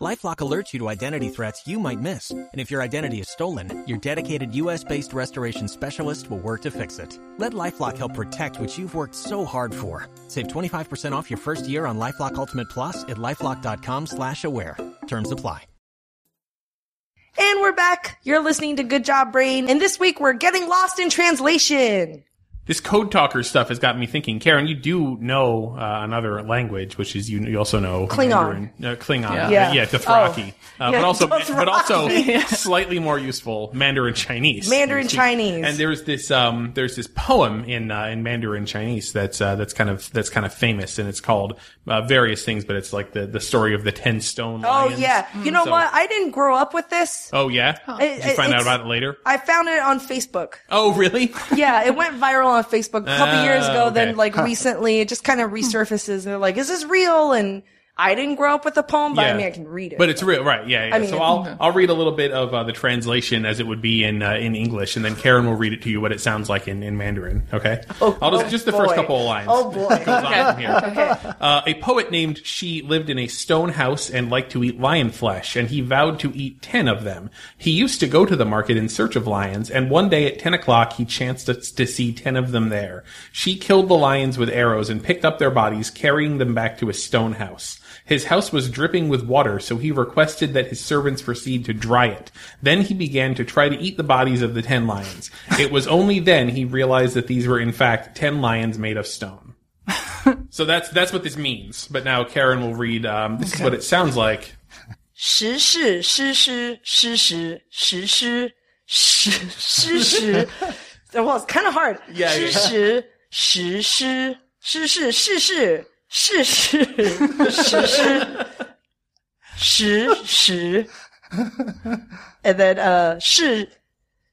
Lifelock alerts you to identity threats you might miss. And if your identity is stolen, your dedicated US based restoration specialist will work to fix it. Let Lifelock help protect what you've worked so hard for. Save 25% off your first year on Lifelock Ultimate Plus at lifelock.com slash aware. Terms apply. And we're back. You're listening to Good Job Brain. And this week we're getting lost in translation. This code talker stuff has got me thinking. Karen, you do know uh, another language, which is you, you also know Klingon. Mandarin- uh, Klingon, yeah, Yeah. Oh. yeah, Dothraki, uh, Yeah, but also (laughs) but also Dothraki. slightly more useful Mandarin Chinese. Mandarin Excuse- Chinese. And there's this um, there's this poem in uh, in Mandarin Chinese that's uh, that's kind of that's kind of famous, and it's called uh, various things, but it's like the the story of the ten stone. Oh lions. Hmm, yeah. You know So- what? I didn't grow up with this. Oh yeah. Did you It- find out it's- about it later? I found it on Facebook. Oh really? Yeah, it went viral on Facebook a couple Ah, years ago. Then okay. like recently, it just kind of resurfaces. And they're like, "Is this real?" And I didn't grow up with the poem, but I mean, I can read it. But it's real, right? Yeah. yeah. I mean, so I'll I'll read a little bit of uh, the translation as it would be in uh, in English, and then Karen will read it to you what it sounds like in, in Mandarin. Okay. Oh, I'll just just the first boy. couple of lines. Oh, boy. It goes on from here. Uh, a poet named She lived in a stone house and liked to eat lion flesh, and he vowed to eat ten of them. He used to go to the market in search of lions, and one day at ten o'clock he chanced to, to see ten of them there. She killed the lions with arrows and picked up their bodies, carrying them back to his stone house. His house was dripping with water, so he requested that his servants proceed to dry it. Then he began to try to eat the bodies of the ten lions. It was only then he realized that these were in fact ten lions made of stone. So that's that's what this means. But now Karen will read. Um, this is what it sounds like. 时事诗诗诗时时诗时诗 (laughs) 时，well, it's kind of hard. Yeah, yeah. 诗时时诗诗事事事事事时诗时时，and then uh 是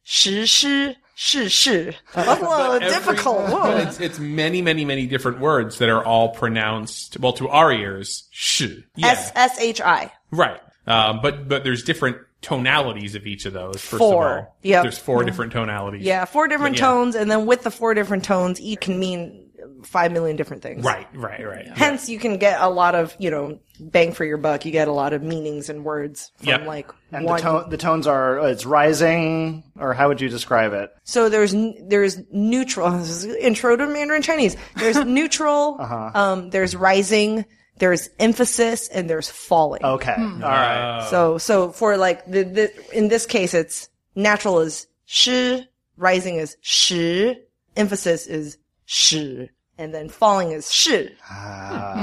时诗事事。That's a little every- difficult. But Whoa. It's, it's many, many, many different words that are all pronounced. Well, to our ears, sh. Yeah, S S H I. right. Um, but but there's different tonalities of each of those. First Four. Of all. Yep. Mm-hmm. There's four different tonalities. Yeah, four different But yeah. tones, and then with the four different tones, each can mean five million different things. Right. Right. Right. Hence, you can get a lot of you know bang for your buck. You get a lot of meanings and words from Yep. like And one. the, tone, the tones are uh, it's rising, or how would you describe it? so there's n- there's neutral. (laughs) This is intro to Mandarin Chinese. (laughs) There's neutral. Uh-huh. um, there's rising. There's emphasis and there's falling. Okay, Hmm. all right. So so for like the, the in this case it's natural is shi, rising is shi, emphasis is shi, and then falling is shi.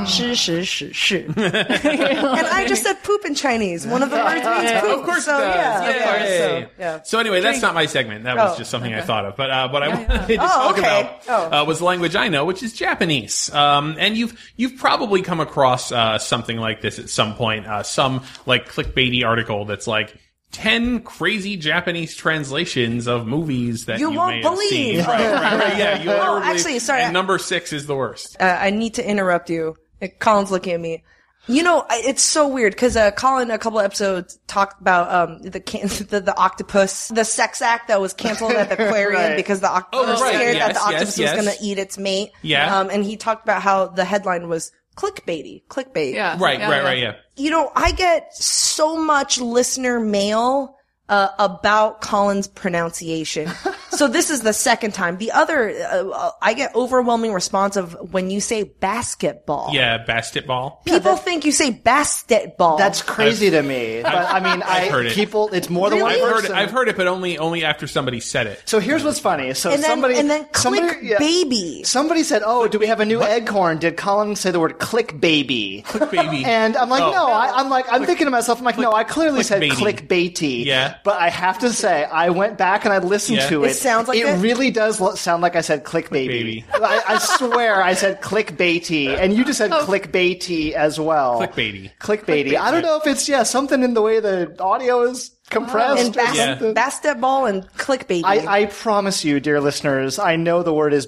Shi shi shi shi. and I just said poop in Chinese. One of the words means poop. Of course so it does. yeah. Yay. okay, so, yeah. So anyway, that's not my segment. That was Oh, just something I thought of. But uh, what I wanted to Oh, talk okay. Oh. about uh, was language I know, which is Japanese. Um, and you've you've probably come across uh, something like this at some point. Uh, some like clickbaity article that's like. 10 crazy Japanese translations of movies that You you, won't may have seen. believe. Right, right, (laughs) right. Yeah, you Oh, literally- actually, sorry, I- And number six is the worst. uh, I need to interrupt you. Uh, Colin's looking at me. You know, I- it's so weird because uh, Colin, a couple episodes talked about um, the, can- (laughs) the the octopus, the sex act that was canceled at the aquarium Right. because the octopus Oh, was right. scared that Yes, the octopus yes, yes. was going to eat its mate. Yeah. Um, and he talked about how the headline was clickbaity, clickbait. Yeah. Right, Yeah, right, yeah. right, yeah. You know, I get so much listener mail uh, about Colin's pronunciation. so this is the second time. The other, uh, I get overwhelming response of when you say basketball. Yeah, basketball. People think you say basketball. That's crazy to me. But I mean, I heard it. people. It's more than I've one heard, it, person. I've heard it, but only only after somebody said it. So here's what's funny. So and then somebody and then click somebody, yeah. baby. Somebody said, "Oh, do we have a new Eggcorn?" Did Colin say the word "click baby"? Click baby. And I'm like, Oh. no, I, I'm like, I'm thinking to myself, I'm like, no, I clearly said clickbaity. clickbaity. Yeah. But I have to say, I went back and I listened Yeah. to it. It's sounds like it it. really does lo- sound like I said click baby. (laughs) I, I swear I said click baity, and you just said Oh. click baity as well. Clickbaity. Clickbaity. I don't know if it's yeah something in the way the audio is compressed. and or bas- Yeah. basketball and clickbait. I, I promise you, dear listeners, I know the word is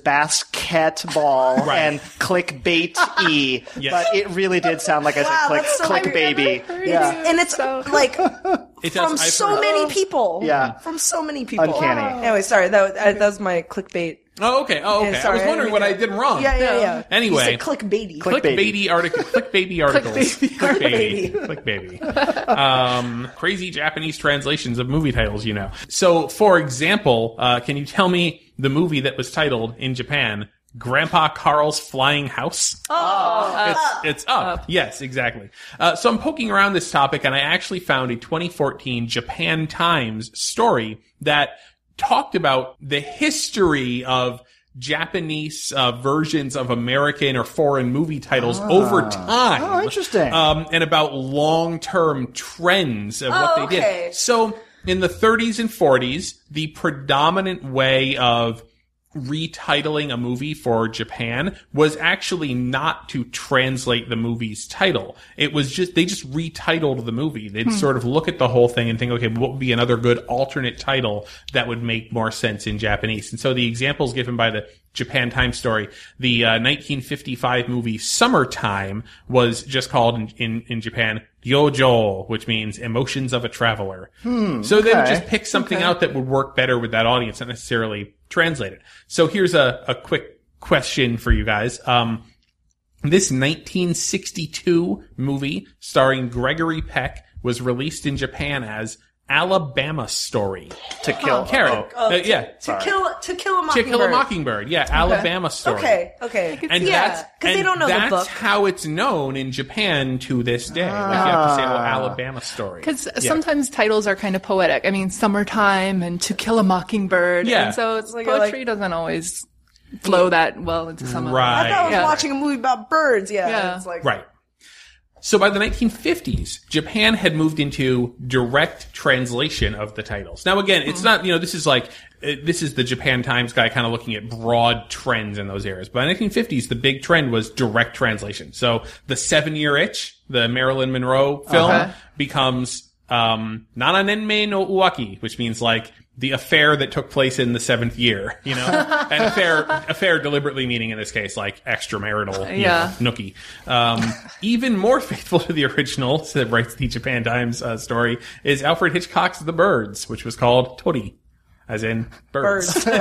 basketball Right. and clickbait e, (laughs) Yes. but it really did sound like I said Wow, click, that's so click weird. baby. Yeah. and it's (laughs) like It does- from I've so heard- many people. Yeah. from so many people. Uncanny. Anyway, sorry that was, uh, that was my clickbait. Oh, okay. Oh, okay. Yeah, sorry, I was wondering what I didn't did wrong. Yeah, yeah, yeah. Anyway. you said clickbaity. Click- Clickbaity article. Clickbaity articles. Clickbaity. Clickbaity. (laughs) Um, crazy Japanese translations of movie titles, you know. So, for example, uh, can you tell me the movie that was titled in Japan? Grandpa Carl's Flying House? It's up. Yes, exactly. Uh, so I'm poking around this topic and I actually found a 2014 Japan Times story that talked about the history of Japanese uh, versions of American or foreign movie titles over time. Oh, interesting. Um, and about long-term trends of what Oh, they okay. did. So in the 30s and 40s, the predominant way of retitling a movie for Japan was actually not to translate the movie's title. It was just, they just retitled the movie. They'd sort of look at the whole thing and think, okay, what would be another good alternate title that would make more sense in Japanese? And so the examples given by the Japan Times story, the uh, 1955 movie Summertime was just called in, in, in Japan Yojo, which means emotions of a traveler. so they would okay. just pick something out that would work better with that audience, not necessarily translate it. So here's a, a quick question for you guys. Um, this 1962 movie starring Gregory Peck was released in Japan as Alabama Story. to kill. Carrot. Oh, Uh, yeah. to kill to kill a To mockingbird. Kill a Mockingbird. Yeah, Alabama Story. Okay, okay. And Yeah, that's 'cause they and don't know the that's book. how it's known in Japan to this day. Like you have to say, "Well, Ah. Alabama story." Because sometimes titles are kind of poetic. I mean, summertime and to kill a mockingbird. Yeah. And so it's Like, poetry like- doesn't always flow that well into some Right. of I thought I was Yeah. watching a movie about birds. Yeah, Yeah. it's like Right. So by the 1950s, Japan had moved into direct translation of the titles. Now again, it's not, you know, this is like, uh, this is the Japan Times guy kind of looking at broad trends in those areas. By 1950s, the big trend was direct translation. So the seven year itch, the Marilyn Monroe film becomes, um, Nananenme no Uwaki, which means like, the affair that took place in the seventh year, you know, an affair, affair deliberately meaning in this case, like extramarital, you Yeah. know, Nookie. Um, even more faithful to the original, so that writes the Japan Times uh, story, is Alfred Hitchcock's The Birds, which was called Tori, as in birds. (laughs) birds.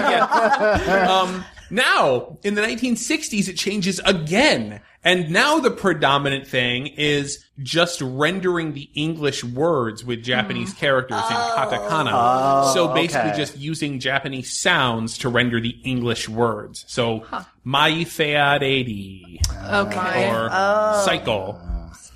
Um, now, in the 1960s, it changes again. And now the predominant thing is just rendering the English words with Japanese characters in katakana. so basically okay. just using Japanese sounds to render the English words. So, mai fearedi them. Okay. or Oh. cycle.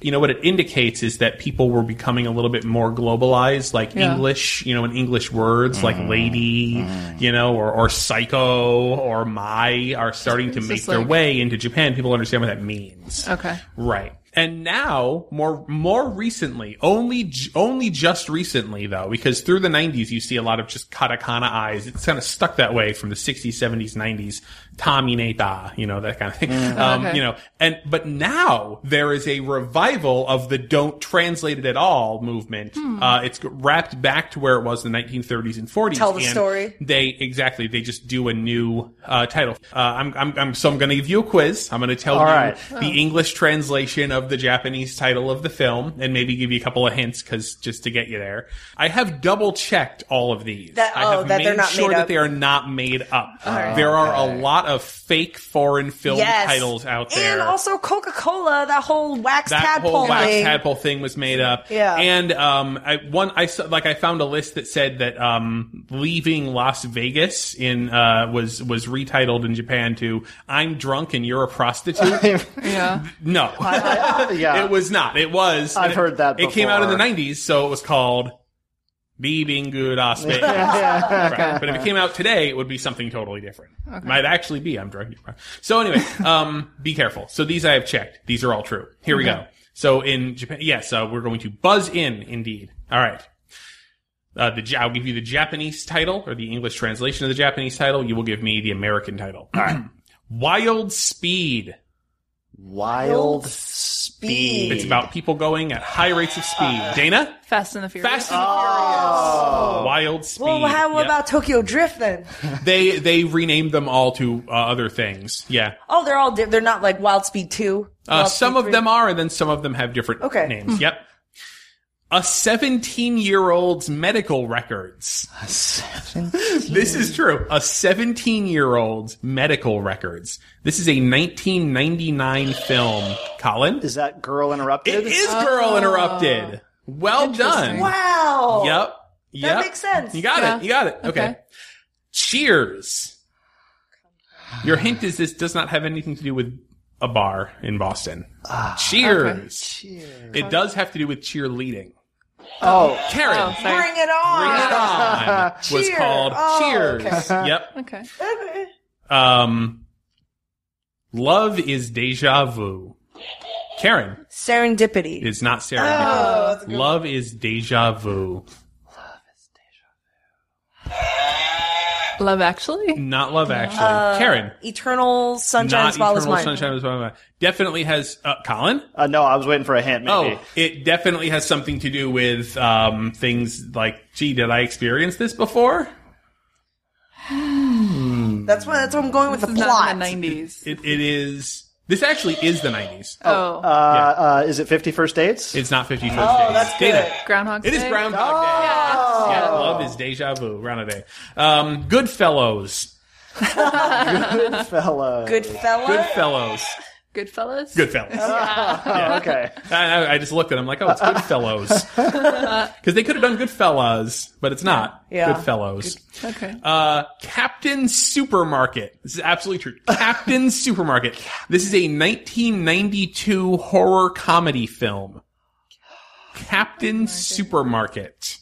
You know what it indicates is that people were becoming a little bit more globalized, like Yeah. English, you know, in English words like lady, you know, or, or psycho or my are starting to make just their like- way into Japan. People understand what that means. Okay. Right. And now, more more recently, only j- only just recently though, because through the 90s you see a lot of just katakana eyes. It's kind of stuck that way from the 60s, 70s, 90s, tamineta, you know, that kind of thing. Mm. Um, Okay. you know, and but now there is a revival of the don't translate it at all movement. Hmm. Uh, it's wrapped back to where it was in the 1930s and 40s. Tell the and story. they exactly. They just do a new uh, title. Uh, I'm, I'm, I'm, so I'm going to give you a quiz. I'm going to tell you right. Oh. the English translation of the Japanese title of the film, and maybe give you a couple of hints because just to get you there. I have double checked all of these. That- I have oh, that made they're not sure made that up. they are not made up. There are a lot of fake foreign film Yes. titles out there. And also Coca Cola, that whole wax that tadpole whole wax thing. tadpole thing was made up. Yeah. And um, I one I saw, like I found a list that said that um, leaving Las Vegas in uh was was retitled in Japan to I'm drunk and you're (laughs) a prostitute. Yeah. (laughs) no, (laughs) Yeah. it was not. It was. I've it- heard that It came out in the before. '90s, so it was called Being Good (laughs) Las Vegas. Right. But if it came out today, it would be something totally different. Might actually be. I'm drunk. So anyway, um, be careful. So these I have checked. These are all true. Here we go. So in Japan, yes, uh, we're going to buzz in. Indeed. All right. Uh, the, Ja- I'll give you the Japanese title or the English translation of the Japanese title. You will give me the American title. (clears throat) All right. Wild Speed. Wild speed. It's about people going at high rates of speed. Dana? Fast and the Furious. Fast and Wild Speed. Well, how Yep. about Tokyo Drift then? they they renamed them all to uh, other things. Yeah. Oh, they're all di- they're not like Wild Speed Two. Uh, Wild some Speed of 3. them are, and then some of them have different Okay. (laughs) names. Yep. A 17 year old's medical records. (laughs) This is true. A 17 year old's medical records. This is a 1999 film. Colin? Is that girl It interrupted? is Ah. Girl Interrupted. Well done. Wow. Yep. Yep. makes sense. You got it. You got it. Okay. Okay. Cheers. Your hint is this does not have anything to do with a bar in Boston. Cheers. It does have to do with cheerleading. Oh, Karen. Bring it on. Bring it on was Cheer. called Oh, Cheers. Yep. Oh, Okay. Um, love is deja vu. Karen (laughs) Serendipity. is not Sarah. love is deja vu. Love Actually. Not love actually. Karen. Eternal sunshine not swallows Eternal mine. Sunshine of the Spotless Mind. Definitely has uh, Colin. uh, no, I was waiting for a hint. Maybe. Oh, it definitely has something to do with um, things like, gee, did I experience this before? That's what that's what I'm going with the This is not plot. in the 90s. It, it is. This actually is the nineties. oh. Uh, uh, is it 50 First Dates? It's not Fifty First Days. Oh, that's Dana. good. Groundhog It is Day? Groundhog Day. Yeah, love is deja vu. Groundhog Day. Um, Goodfellows. (laughs) Fella. Good fella. Goodfellows. Goodfellas. (laughs) Goodfellas. Okay. I, I- I just looked at. it. I'm like, oh, (laughs) it's Goodfellows, because they could have done Goodfellas, but it's not. Yeah. Goodfellows. Okay. Uh, Captain Supermarket. This is absolutely true. (laughs) Captain Supermarket. This is a 1992 horror comedy film. Oh Captain Supermarket.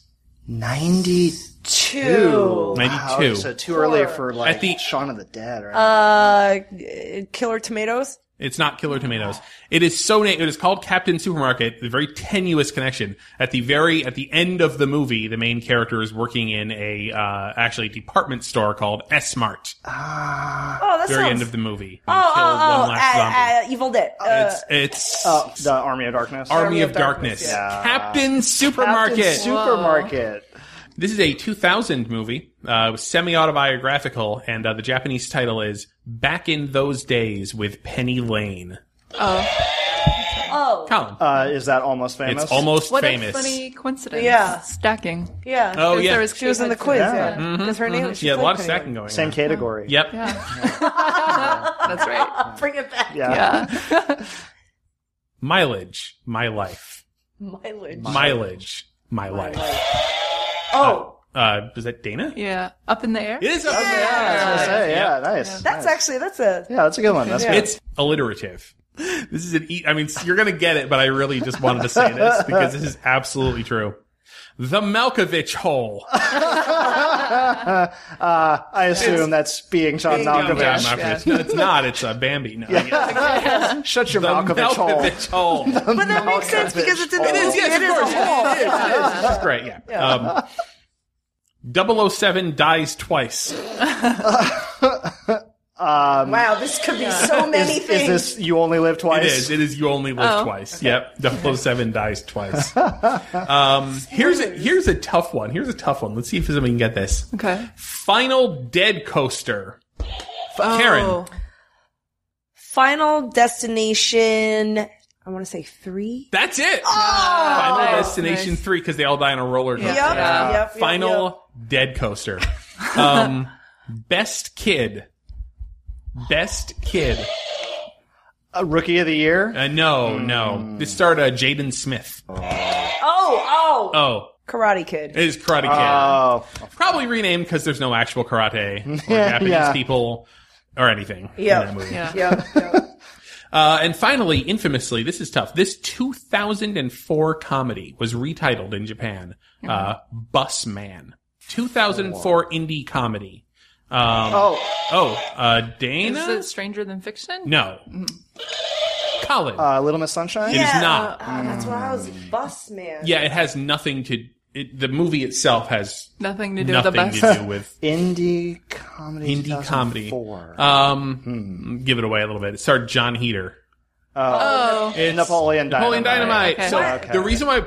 92. 92. so too early for like I think- Shaun of the Dead, right? Uh, Killer Tomatoes. It's not Killer Tomatoes. It is so na- it is called Captain Supermarket. A very tenuous connection. At the very at the end of the movie, the main character is working in a uh, actually department store called S Mart. Oh, that Very sounds. end of the movie. They oh, kill oh, one oh, last uh, uh, Evil Dead. zombie. Uh, it's it's oh, the Army of Darkness. Army of Darkness. yeah. Captain Supermarket. Captain Supermarket. This is a 2000 movie. Uh, it was semi-autobiographical, and uh, the Japanese title is "Back in Those Days with Penny Lane." oh, Colin, Uh, is that almost famous? it's almost What famous. a funny coincidence. Yeah. Stacking. yeah. Oh yeah, Mm-hmm. There was she was in the quiz. Yeah, Yeah. that's her name. She yeah, a played lot of Penny. stacking going. Same on. category. Yep. Yeah. Mm-hmm. (laughs) That's right. Bring it back. Yeah. Yeah. Mileage, my life. Mileage. Mileage, my life. Oh, Uh, was that Dana? Yeah. Up in the air. It is. up I was there. gonna say, yeah, nice. that's nice. actually that's a. Yeah, that's a good one. That's good. It's alliterative. This is an e- I mean, you're gonna get it, but I really just wanted to say this because this is absolutely true. The Malkovich hole. Uh, I assume that's being Sean No, no, Malkovich. Malkovich. No, it's not. It's a Bambi. No, I guess. Shut your The Malkovich hole. Malkovich hole. (laughs) But that makes sense because it's in the It is, movie. yes, It of is a course. whole- It is, it is. This is great. Yeah. Um, 007 dies twice. Wow, this could be so many Is, things. is this you only live twice? It is. It is. You only live twice. Yep. 007 dies twice. Um, here's a here's a tough one. Here's a tough one. Let's see if somebody can get this. Okay. Final Dead Coaster. Karen. Oh. Final Destination. I want to say three. That's it. Final Nice, Destination nice. Three because they all die on a roller coaster. Oh, Yep. Yep, yep. Final yep. Dead Coaster. (laughs) Um, best kid. Best kid. A rookie of the year. Uh, no, no. This starred uh, Jaden Smith. Oh, oh, Oh, Karate Kid. it is Karate Kid. Oh, Probably renamed because there's no actual karate or Japanese (laughs) yeah. people or anything Yeah. in that movie. Yeah. Yep. yep. (laughs) Uh, and finally, infamously, this is tough. This 2004 comedy was retitled in Japan uh, Mm-hmm. Bus Man. 2004 indie comedy. Um, oh, oh, uh, Is Mm-hmm. Dana? it Stranger Than Fiction? No. Colin. uh, Little Miss Sunshine. It is Yeah. Oh, not. Ah, that's what I was. Bus man. Yeah, it has nothing to it, the movie itself has Nothing to do with the nothing to bus. do with Indie comedy. indie comedy. 2004. Um, give it away a little bit. It starred John Heater. Oh, It's Napoleon Napoleon Dynamite. Dynamite. So Okay. the reason why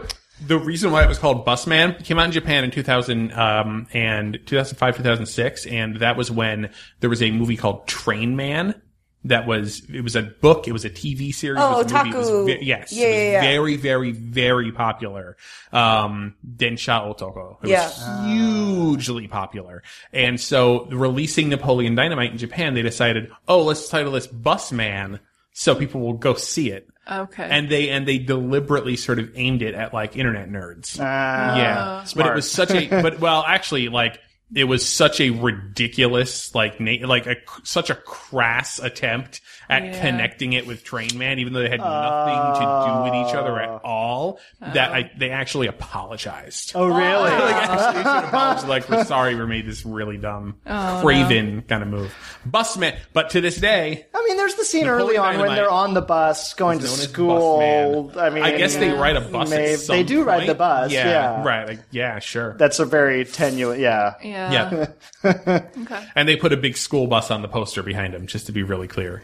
the reason why it was called Busman it came out in Japan in 2000 um, and 2005 2006 and that was when there was a movie called Train Man that was it was a book it was a TV series it Oh, was a movie, it was otaku. ve- yes Yeah, it was yeah, yeah. very very very popular um Densha Otoko it Yeah. was hugely popular and so releasing Napoleon Dynamite in Japan they decided oh let's title this Busman so people will go see it okay. and they and they deliberately sort of aimed it at like internet nerds. yeah, but it Ah, smart. was (laughs) such a but well actually like it was such a ridiculous like na- like a such a crass attempt at connecting it with Train Man, even though they had nothing to do with each other Oh. at all. That I, they actually apologized. Oh, really? Like, actually, (laughs) they should apologize. Like, we're sorry, we made this really dumb, craven kind of move. Busman, but to this day, I mean, there's the scene Napoleon early on when Dynamite they're on the bus going to known as school. Busman. I mean, I guess they ride a bus. may- at some they do ride the point. bus, yeah. right. Like, yeah, sure. that's a very tenuous. Yeah. yeah. (laughs) yeah, and they put a big school bus on the poster behind them, just to be really clear.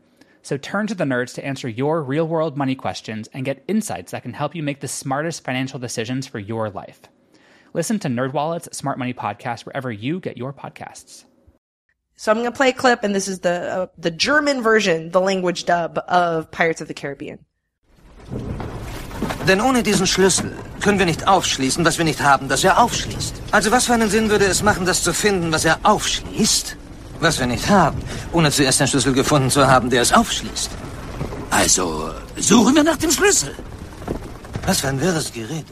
So turn to the nerds to answer your real world money questions and get insights that can help you make the smartest financial decisions for your life. Listen to NerdWallet's Smart Money Podcast wherever you get your podcasts. So I'm gonna play a clip, and this is the uh, the German version, the language dub of Pirates of the Caribbean. Denn ohne diesen Schlüssel können wir nicht aufschließen, was wir nicht haben, das er aufschließt. Also was für einen Sinn würde es machen, das zu finden, was er aufschließt, was wir nicht haben, ohne zuerst den Schlüssel gefunden zu haben, der es aufschließt. Also suchen wir nach dem Schlüssel. Was für ein wirres Gerede.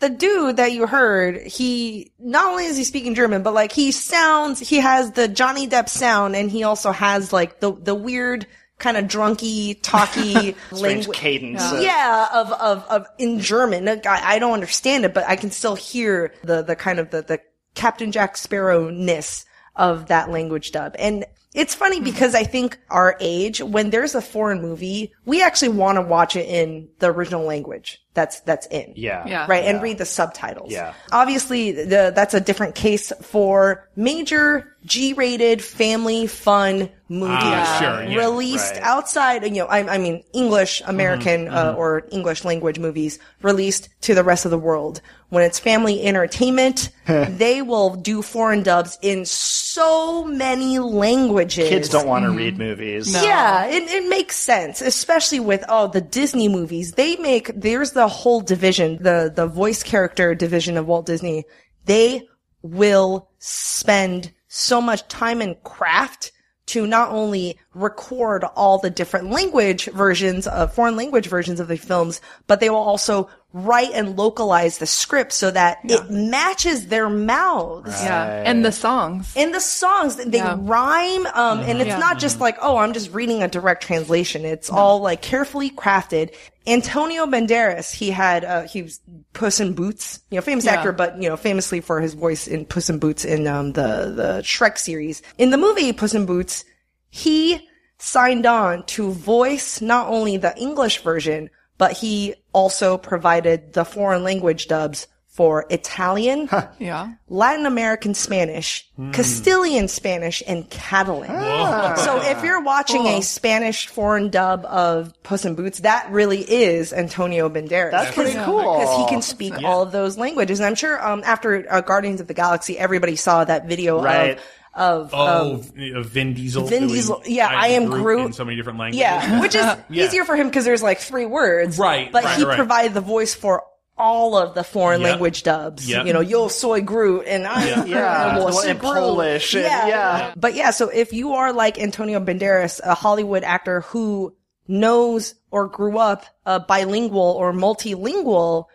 the dude that you heard, he not only is he speaking German, but like he sounds, he has the Johnny Depp sound, and he also has like the the weird kind of drunky, talky Strange language. cadence. uh, Um, Yeah, of, of, of, in German. Like, I, I don't understand it, but I can still hear the, the kind of the, the Captain Jack Sparrow-ness of that language dub. And it's funny because I think our age, when there's a foreign movie, we actually want to watch it in the original language that's, that's in. Yeah. Yeah. Right. And read the subtitles. Yeah. Obviously, the, that's a different case for major G-rated family fun movies Ah, sure, yeah, released right. outside, you know, I, I mean, English, American, Mm-hmm, uh, or English language movies released to the rest of the world. When it's family (laughs) entertainment, they will do foreign dubs in so many languages. Kids don't Mm-hmm. want to read movies. Yeah, it, it makes sense, especially with oh the Disney movies. They make there's the whole division, the the voice character division of Walt Disney. They will spend so much time and craft to not only record all the different language versions of foreign language versions of the films, but they will also write and localize the script so that it matches their mouths Yeah. And the songs. in the songs they rhyme um, and it's Yeah. not just like oh i'm just reading a direct translation it's all like carefully crafted antonio banderas he had uh, he was puss in boots you know famous actor but you know famously for his voice in puss in boots in um, the the shrek series in the movie puss in boots he signed on to voice not only the english version but he also provided the foreign language dubs for italian Yeah. Latin American Spanish, Hmm. Castilian Spanish, and Catalan. Ah. So if you're watching a Spanish foreign dub of Puss in Boots, that really is Antonio Banderas. That's pretty cool. Because he can speak all of those languages. And I'm sure um, after uh, Guardians of the Galaxy, everybody saw that video Right. of of Oh, um, V- uh, Vin Diesel. Vin doing Diesel- yeah, I am Groot. in so many different languages. (laughs) yeah, which is Yeah. easier for him because there's like three words, Right, But right, he right. provided the voice for all of the foreign Yep. language dubs. Yep. You know, yo soy Groot and I (laughs) am Yeah, I the was one in Groot. Polish, and- yeah. But yeah, so if you are like Antonio Banderas, a Hollywood actor who knows or grew up uh, bilingual or multilingual,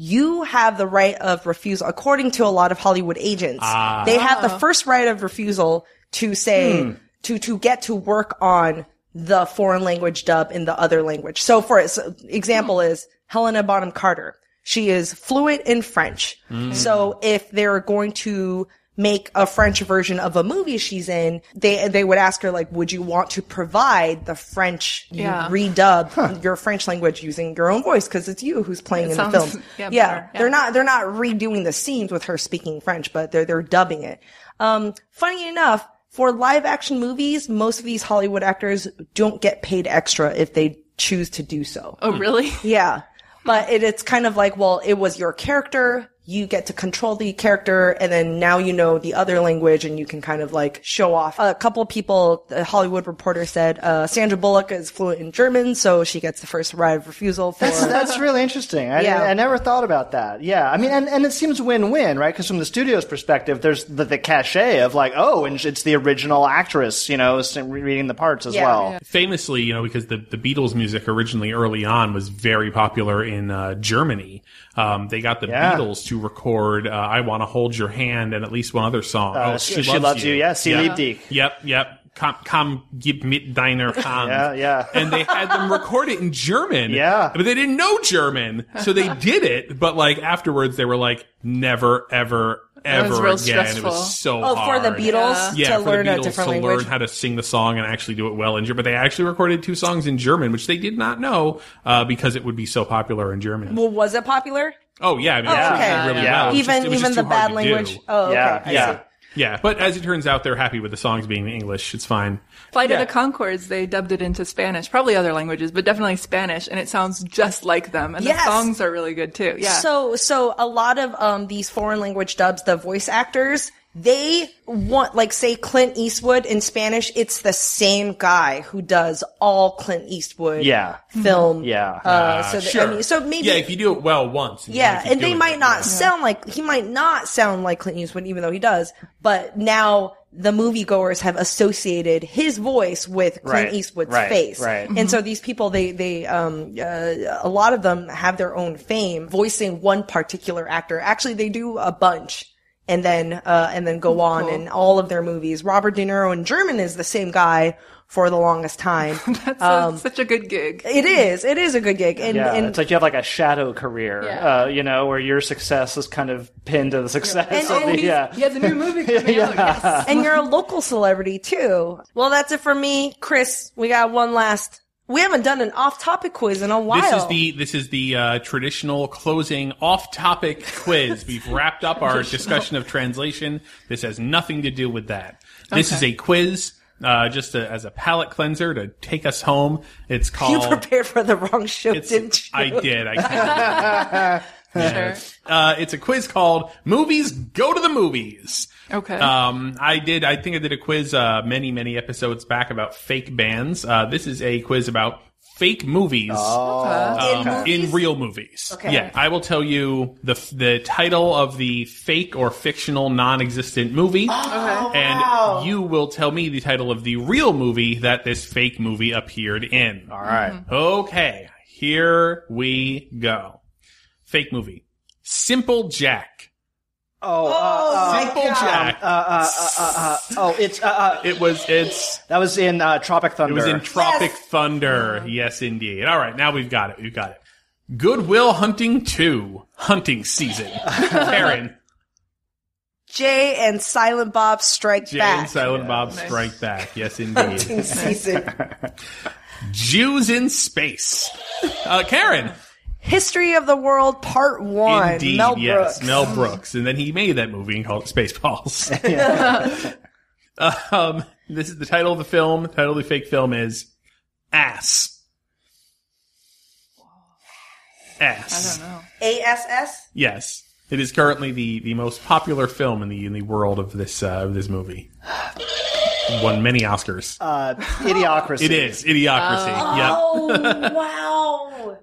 you have the right of refusal, according to a lot of Hollywood agents. They have the first right of refusal to say, to, to get to work on the foreign language dub in the other language. So for ex- example is Helena Bonham Carter. She is fluent in French. So if they're going to make a French version of a movie she's in, they they would ask her like, "Would you want to provide the French you Yeah. redub your French language using your own voice because it's you who's playing in the sounds- film?" (laughs) yeah, better, yeah. they're not they're not redoing the scenes with her speaking French, but they're they're dubbing it. Um, funny enough. For live action movies, most of these Hollywood actors don't get paid extra if they choose to do so. Oh, Hmm. really? Yeah. But it, it's kind of like, well, it was your character. You get to control the character. And then now you know the other language and you can kind of like show off. A couple people, the Hollywood reporter said, uh, Sandra Bullock is fluent in German. So she gets the first right of refusal for. (laughs) That's, that's really interesting. I, Yeah. I never thought about that. Yeah. I mean, and, and it seems win win, right? Because from the studio's perspective, there's the, the cachet of like, oh, and it's the original actress, you know, s- reading the parts as Yeah. well. Uh, famously, you know, because the, the Beatles music originally early on was very popular in uh, Germany. Um, they got the Yeah. Beatles to record uh, "I Want to Hold Your Hand" and at least one other song. Uh, oh, she, loves, you. Yeah. See Yep. Liebdig. Yep, yep. Come, come, gib mit deiner Hand. Yeah, yeah. And they had them record it in German. Yeah. But they didn't know German. So they did it, but like afterwards they were like, never, ever, ever was real again. It stressful. was so Oh, for hard. the Beatles Yeah, to for learn the a Beatles different to language. learn how to sing the song and actually do it well in German. But they actually recorded two songs in German, which they did not know uh, because it would be so popular in Germany. well, was it popular? oh yeah, I mean, it actually okay. did really Yeah. well. It was even just- it was even just the too hard bad to do. language. Oh, okay. Yeah, I yeah. see. Yeah, but as it turns out, they're happy with the songs being in English. It's fine. Flight Yeah. of the Concords, they dubbed it into Spanish, probably other languages, but definitely Spanish, and it sounds just like them. And Yes. the songs are really good too. Yeah. So so a lot of um these foreign language dubs, the voice actors, they want like say Clint Eastwood in Spanish, it's the same guy who does all Clint Eastwood Yeah. Mm-hmm. film. Yeah. Uh, so that, I mean, so maybe yeah, if you do it well once. And you yeah, wanna keep and they doing might it, not yeah. sound like he might not sound like Clint Eastwood, even though he does. But now the moviegoers have associated his voice with Clint Right, Eastwood's right, face, right. and so these people, they they um uh, a lot of them have their own fame voicing one particular actor. Actually, they do a bunch. And then, uh, and then go on in all of their movies. Robert De Niro in German is the same guy for the longest time. That's a- um, such a good gig. it is, it is a good gig. And, Yeah, and it's like you have like a shadow career, Yeah. uh, you know, where your success is kind of pinned to the success And- (laughs) of and the. Yeah. Yeah, the new movie coming out. Yes. and you're a local celebrity too. Well, that's it for me, Chris. We got one last. We haven't done an off-topic quiz in a while. This is the this is the uh, traditional closing off-topic (laughs) quiz. We've wrapped up our discussion of translation. This has nothing to do with that. This is a quiz, uh, just a, as a palate cleanser to take us home. It's you called. prepared for the wrong show, uh, it's- didn't you? I (laughs) did. I Sure. Uh, it's a quiz called "Movies Go to the Movies." Okay. Um, I did. I think I did a quiz uh, many many episodes back about fake bands. Uh, this is a quiz about fake movies. Oh, In um, movies? in real movies. Yeah, I will tell you the the title of the fake or fictional non-existent movie, Oh, and you will tell me the title of the real movie that this fake movie appeared in. All right. Okay, here we go. Fake movie, Simple Jack. Oh, uh, uh, Simple Jack. uh, uh, uh, uh, oh, it's uh, uh, it was. It's. that was in uh, Tropic Thunder. It was in Tropic Thunder. Yes, indeed. All right, now we've got it. We've got it. Goodwill Hunting 2, (laughs) Hunting Season. Karen, Jay and Silent Bob Strike Jay Back. and Silent Bob Strike Back. (laughs) Yes, indeed. Season. Jews in Space. Uh, Karen. History of the World Part One. Indeed, Mel yes. Brooks. Mel Brooks. And then he made that movie and called it Spaceballs. um, this is the title of the film. The title of the fake film is Ass. Ass. I don't know. ASS. Yes, it is currently the, the most popular film in the in the world of this uh, of this movie. won many Oscars. Uh, idiocracy. It is idiocracy. Oh. (laughs) yep. wow.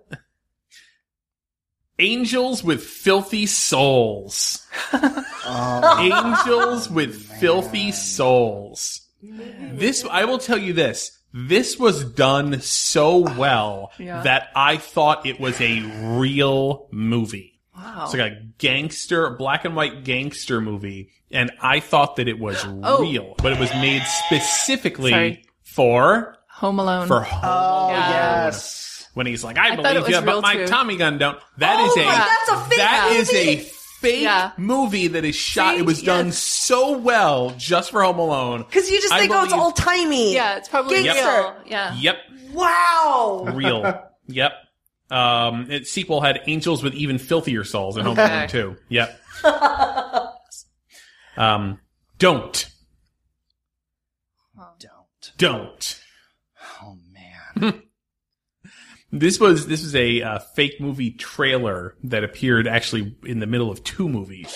Angels with filthy souls. Angels with filthy souls. This I will tell you this. This was done so well Yeah. that I thought it was a real movie. Wow. It's like a gangster, black and white gangster movie, and I thought that it was Oh. real, but it was made specifically Sorry. Um, for Home Alone. for Oh, home. Yeah. Yes. When he's like, I, I thought it believe was you, real, but my too. Tommy gun don't. That is Oh a my- that's a fake that is a movie. fake Yeah. movie that is shot. See? it was done Yes. so well just for Home Alone. Because you just I think, oh, it's believe- old timey. Yeah, it's probably Gangster. real. Yeah. Yep. Wow. (laughs) real. yep. Um, its sequel had angels with even filthier souls and Home Okay. Alone too. Yep. um, don't, Don't. don't. Oh man. (laughs) This was this was a uh, fake movie trailer that appeared actually in the middle of two movies.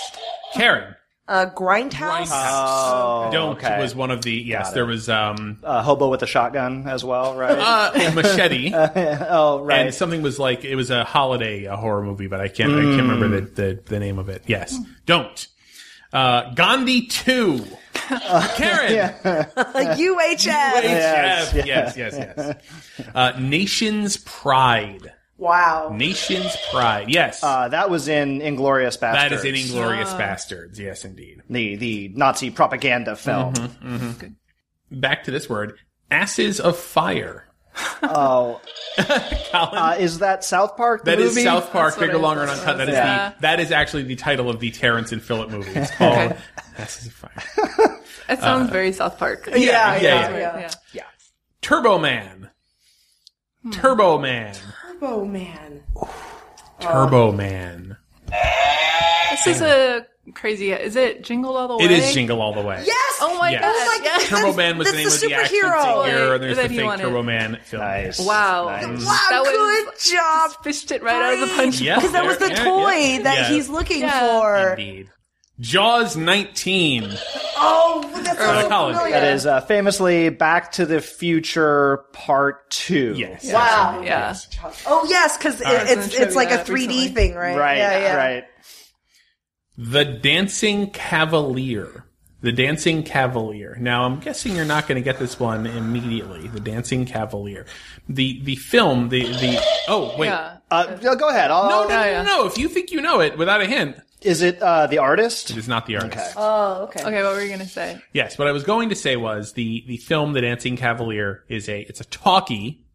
Karen, Uh, Grindhouse. Oh, don't okay. was one of the yes. Got it. There was um uh, hobo with a shotgun as well, right? uh, (laughs) a (laughs) machete. oh, right. And something was like it was a holiday a horror movie, but I can't I can't remember Mm. the, the, the name of it. Yes, don't. Uh, Gandhi (laughs) two. Karen. Uh, UHF. Yes, Yes, yes, yes, yes. Uh, Nation's Pride. Wow. Nation's Pride. Yes. uh, that was in Inglorious that Bastards. is in Inglorious Bastards. Yes, indeed. the the Nazi propaganda film. Mm-hmm. Back to this word Asses of Fire. (laughs) Oh, (laughs) Colin, uh, is that South Park? The that is movie? South Park, That's what bigger, I- longer, and that's uncut. what I That is was- the that is actually the title of the Terrence and Phillip movie. It's called Okay. Asses of Fire. It sounds very South Park. Yeah, yeah, Uh, yeah. Right, yeah. Turbo Man. Hmm. Turbo Man. Turbo Oh, Man. Turbo Man. This is a crazy. Is it Jingle All the Way? It is Jingle All the Way. Yes. Oh my Yes. god! Oh my yes. Turbo Man was the name That's of the action superhero. figure, and there's That the he fake wanted. Turbo Man film. Nice. Wow. Nice. Wow. That good was- job. Fished it right out of the punch. Yeah, Because that was the there- yeah, toy yeah. that Yeah. he's looking Yeah. for. Indeed. Jaws 19. Oh, that's Uh, so Colin. familiar. That is uh, famously Back to the Future Part Two. Yes. Wow. Yeah. Oh yes, because right. it's Gonna it's show like you a that 3D recently. thing, right? Right. Yeah, yeah. Right. The Dancing Cavalier. The Dancing Cavalier. Now, I'm guessing you're not going to get this one immediately. The Dancing Cavalier. The the film, the. the oh, wait. Yeah. Uh, no, go ahead. I'll, Oh, No, no, Yeah, no, yeah. no, no. If you think you know it without a hint, Is it uh, the artist? it is not the artist. Oh, okay. Okay, what were you gonna say? Yes, what I was going to say was the the film The Dancing Cavalier is a it's a talkie,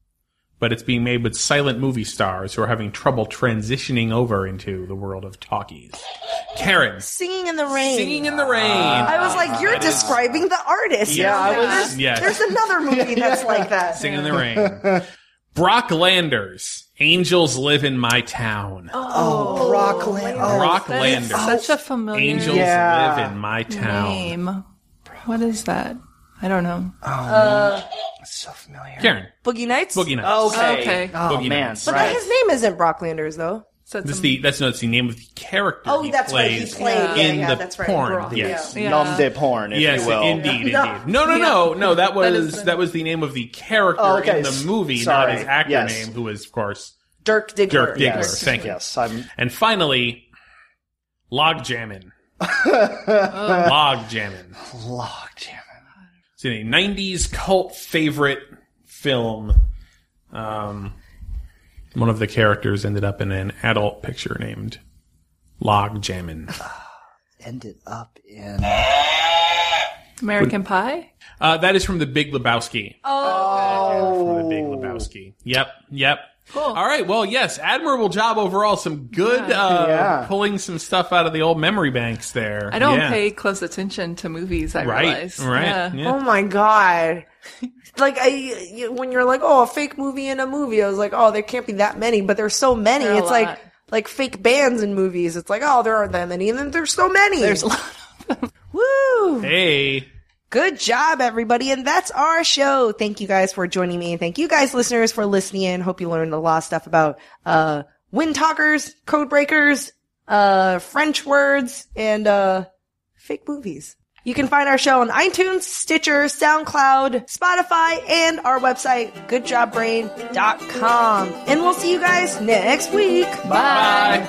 but it's being made with silent movie stars who are having trouble transitioning over into the world of talkies. Karen Singing in the rain. singing in the rain. I was Ah, like, you're describing the artist. Yeah, I was- There's, Yes. there's another movie that's like that. singing in the rain. Brock Landers, Angels Live in My Town. Oh, Brock Land. Oh, Brock That is Landers. Such a familiar Angels Yeah. Live in My Town. name. What is that? I don't know. that's so familiar. Karen, Boogie Nights. Boogie Nights. Okay. Okay. Oh Boogie man. Nights. But right. his name isn't Brock Landers though. So it's That's a- the that's no, it's the name of the character. Oh, he that's right. He plays played. Yeah, in yeah, the that's right. porn. Brock. Yes. Yeah. Nom de porn, if Yes, you will. indeed, indeed. No, no, no, no. That was That that, is the- was the name of the character Oh, okay. in the movie, Sorry. not his actor Yes. name, who is of course Dirk Diggler. Dirk Diggler. Yes. Thank you. Yes, I'm. And finally, log jamming. log jamming. Oh, damn it. It's a '90s cult favorite film. Um, one of the characters ended up in an adult picture named Log Jammin'. Ended up in. American Pie. Uh, that is from the Big Lebowski. Oh, from the Big Lebowski. Yep, yep. Cool. All right. Well, yes, admirable job overall. Some good uh, Yeah. pulling some stuff out of the old memory banks there. I don't Yeah. pay close attention to movies. I Right, realize. right. Yeah. yeah. Oh my god. Like I, you- when you're like, oh, a fake movie and a movie, I was like, oh, there can't be that many, but there's so many. There are a It's like lot. like fake bands in movies. It's like, oh, there aren't that many, and then there's so many. There's a lot Woo! Hey, Good job, everybody. And that's our show. Thank you guys for joining me. And thank you guys, listeners, for listening in. Hope you learned a lot of stuff about, uh, wind talkers, code breakers, uh, French words, and, uh, fake movies. You can find our show on iTunes, Stitcher, SoundCloud, Spotify, and our website, goodjobbrain.com. And we'll see you guys next week. Bye.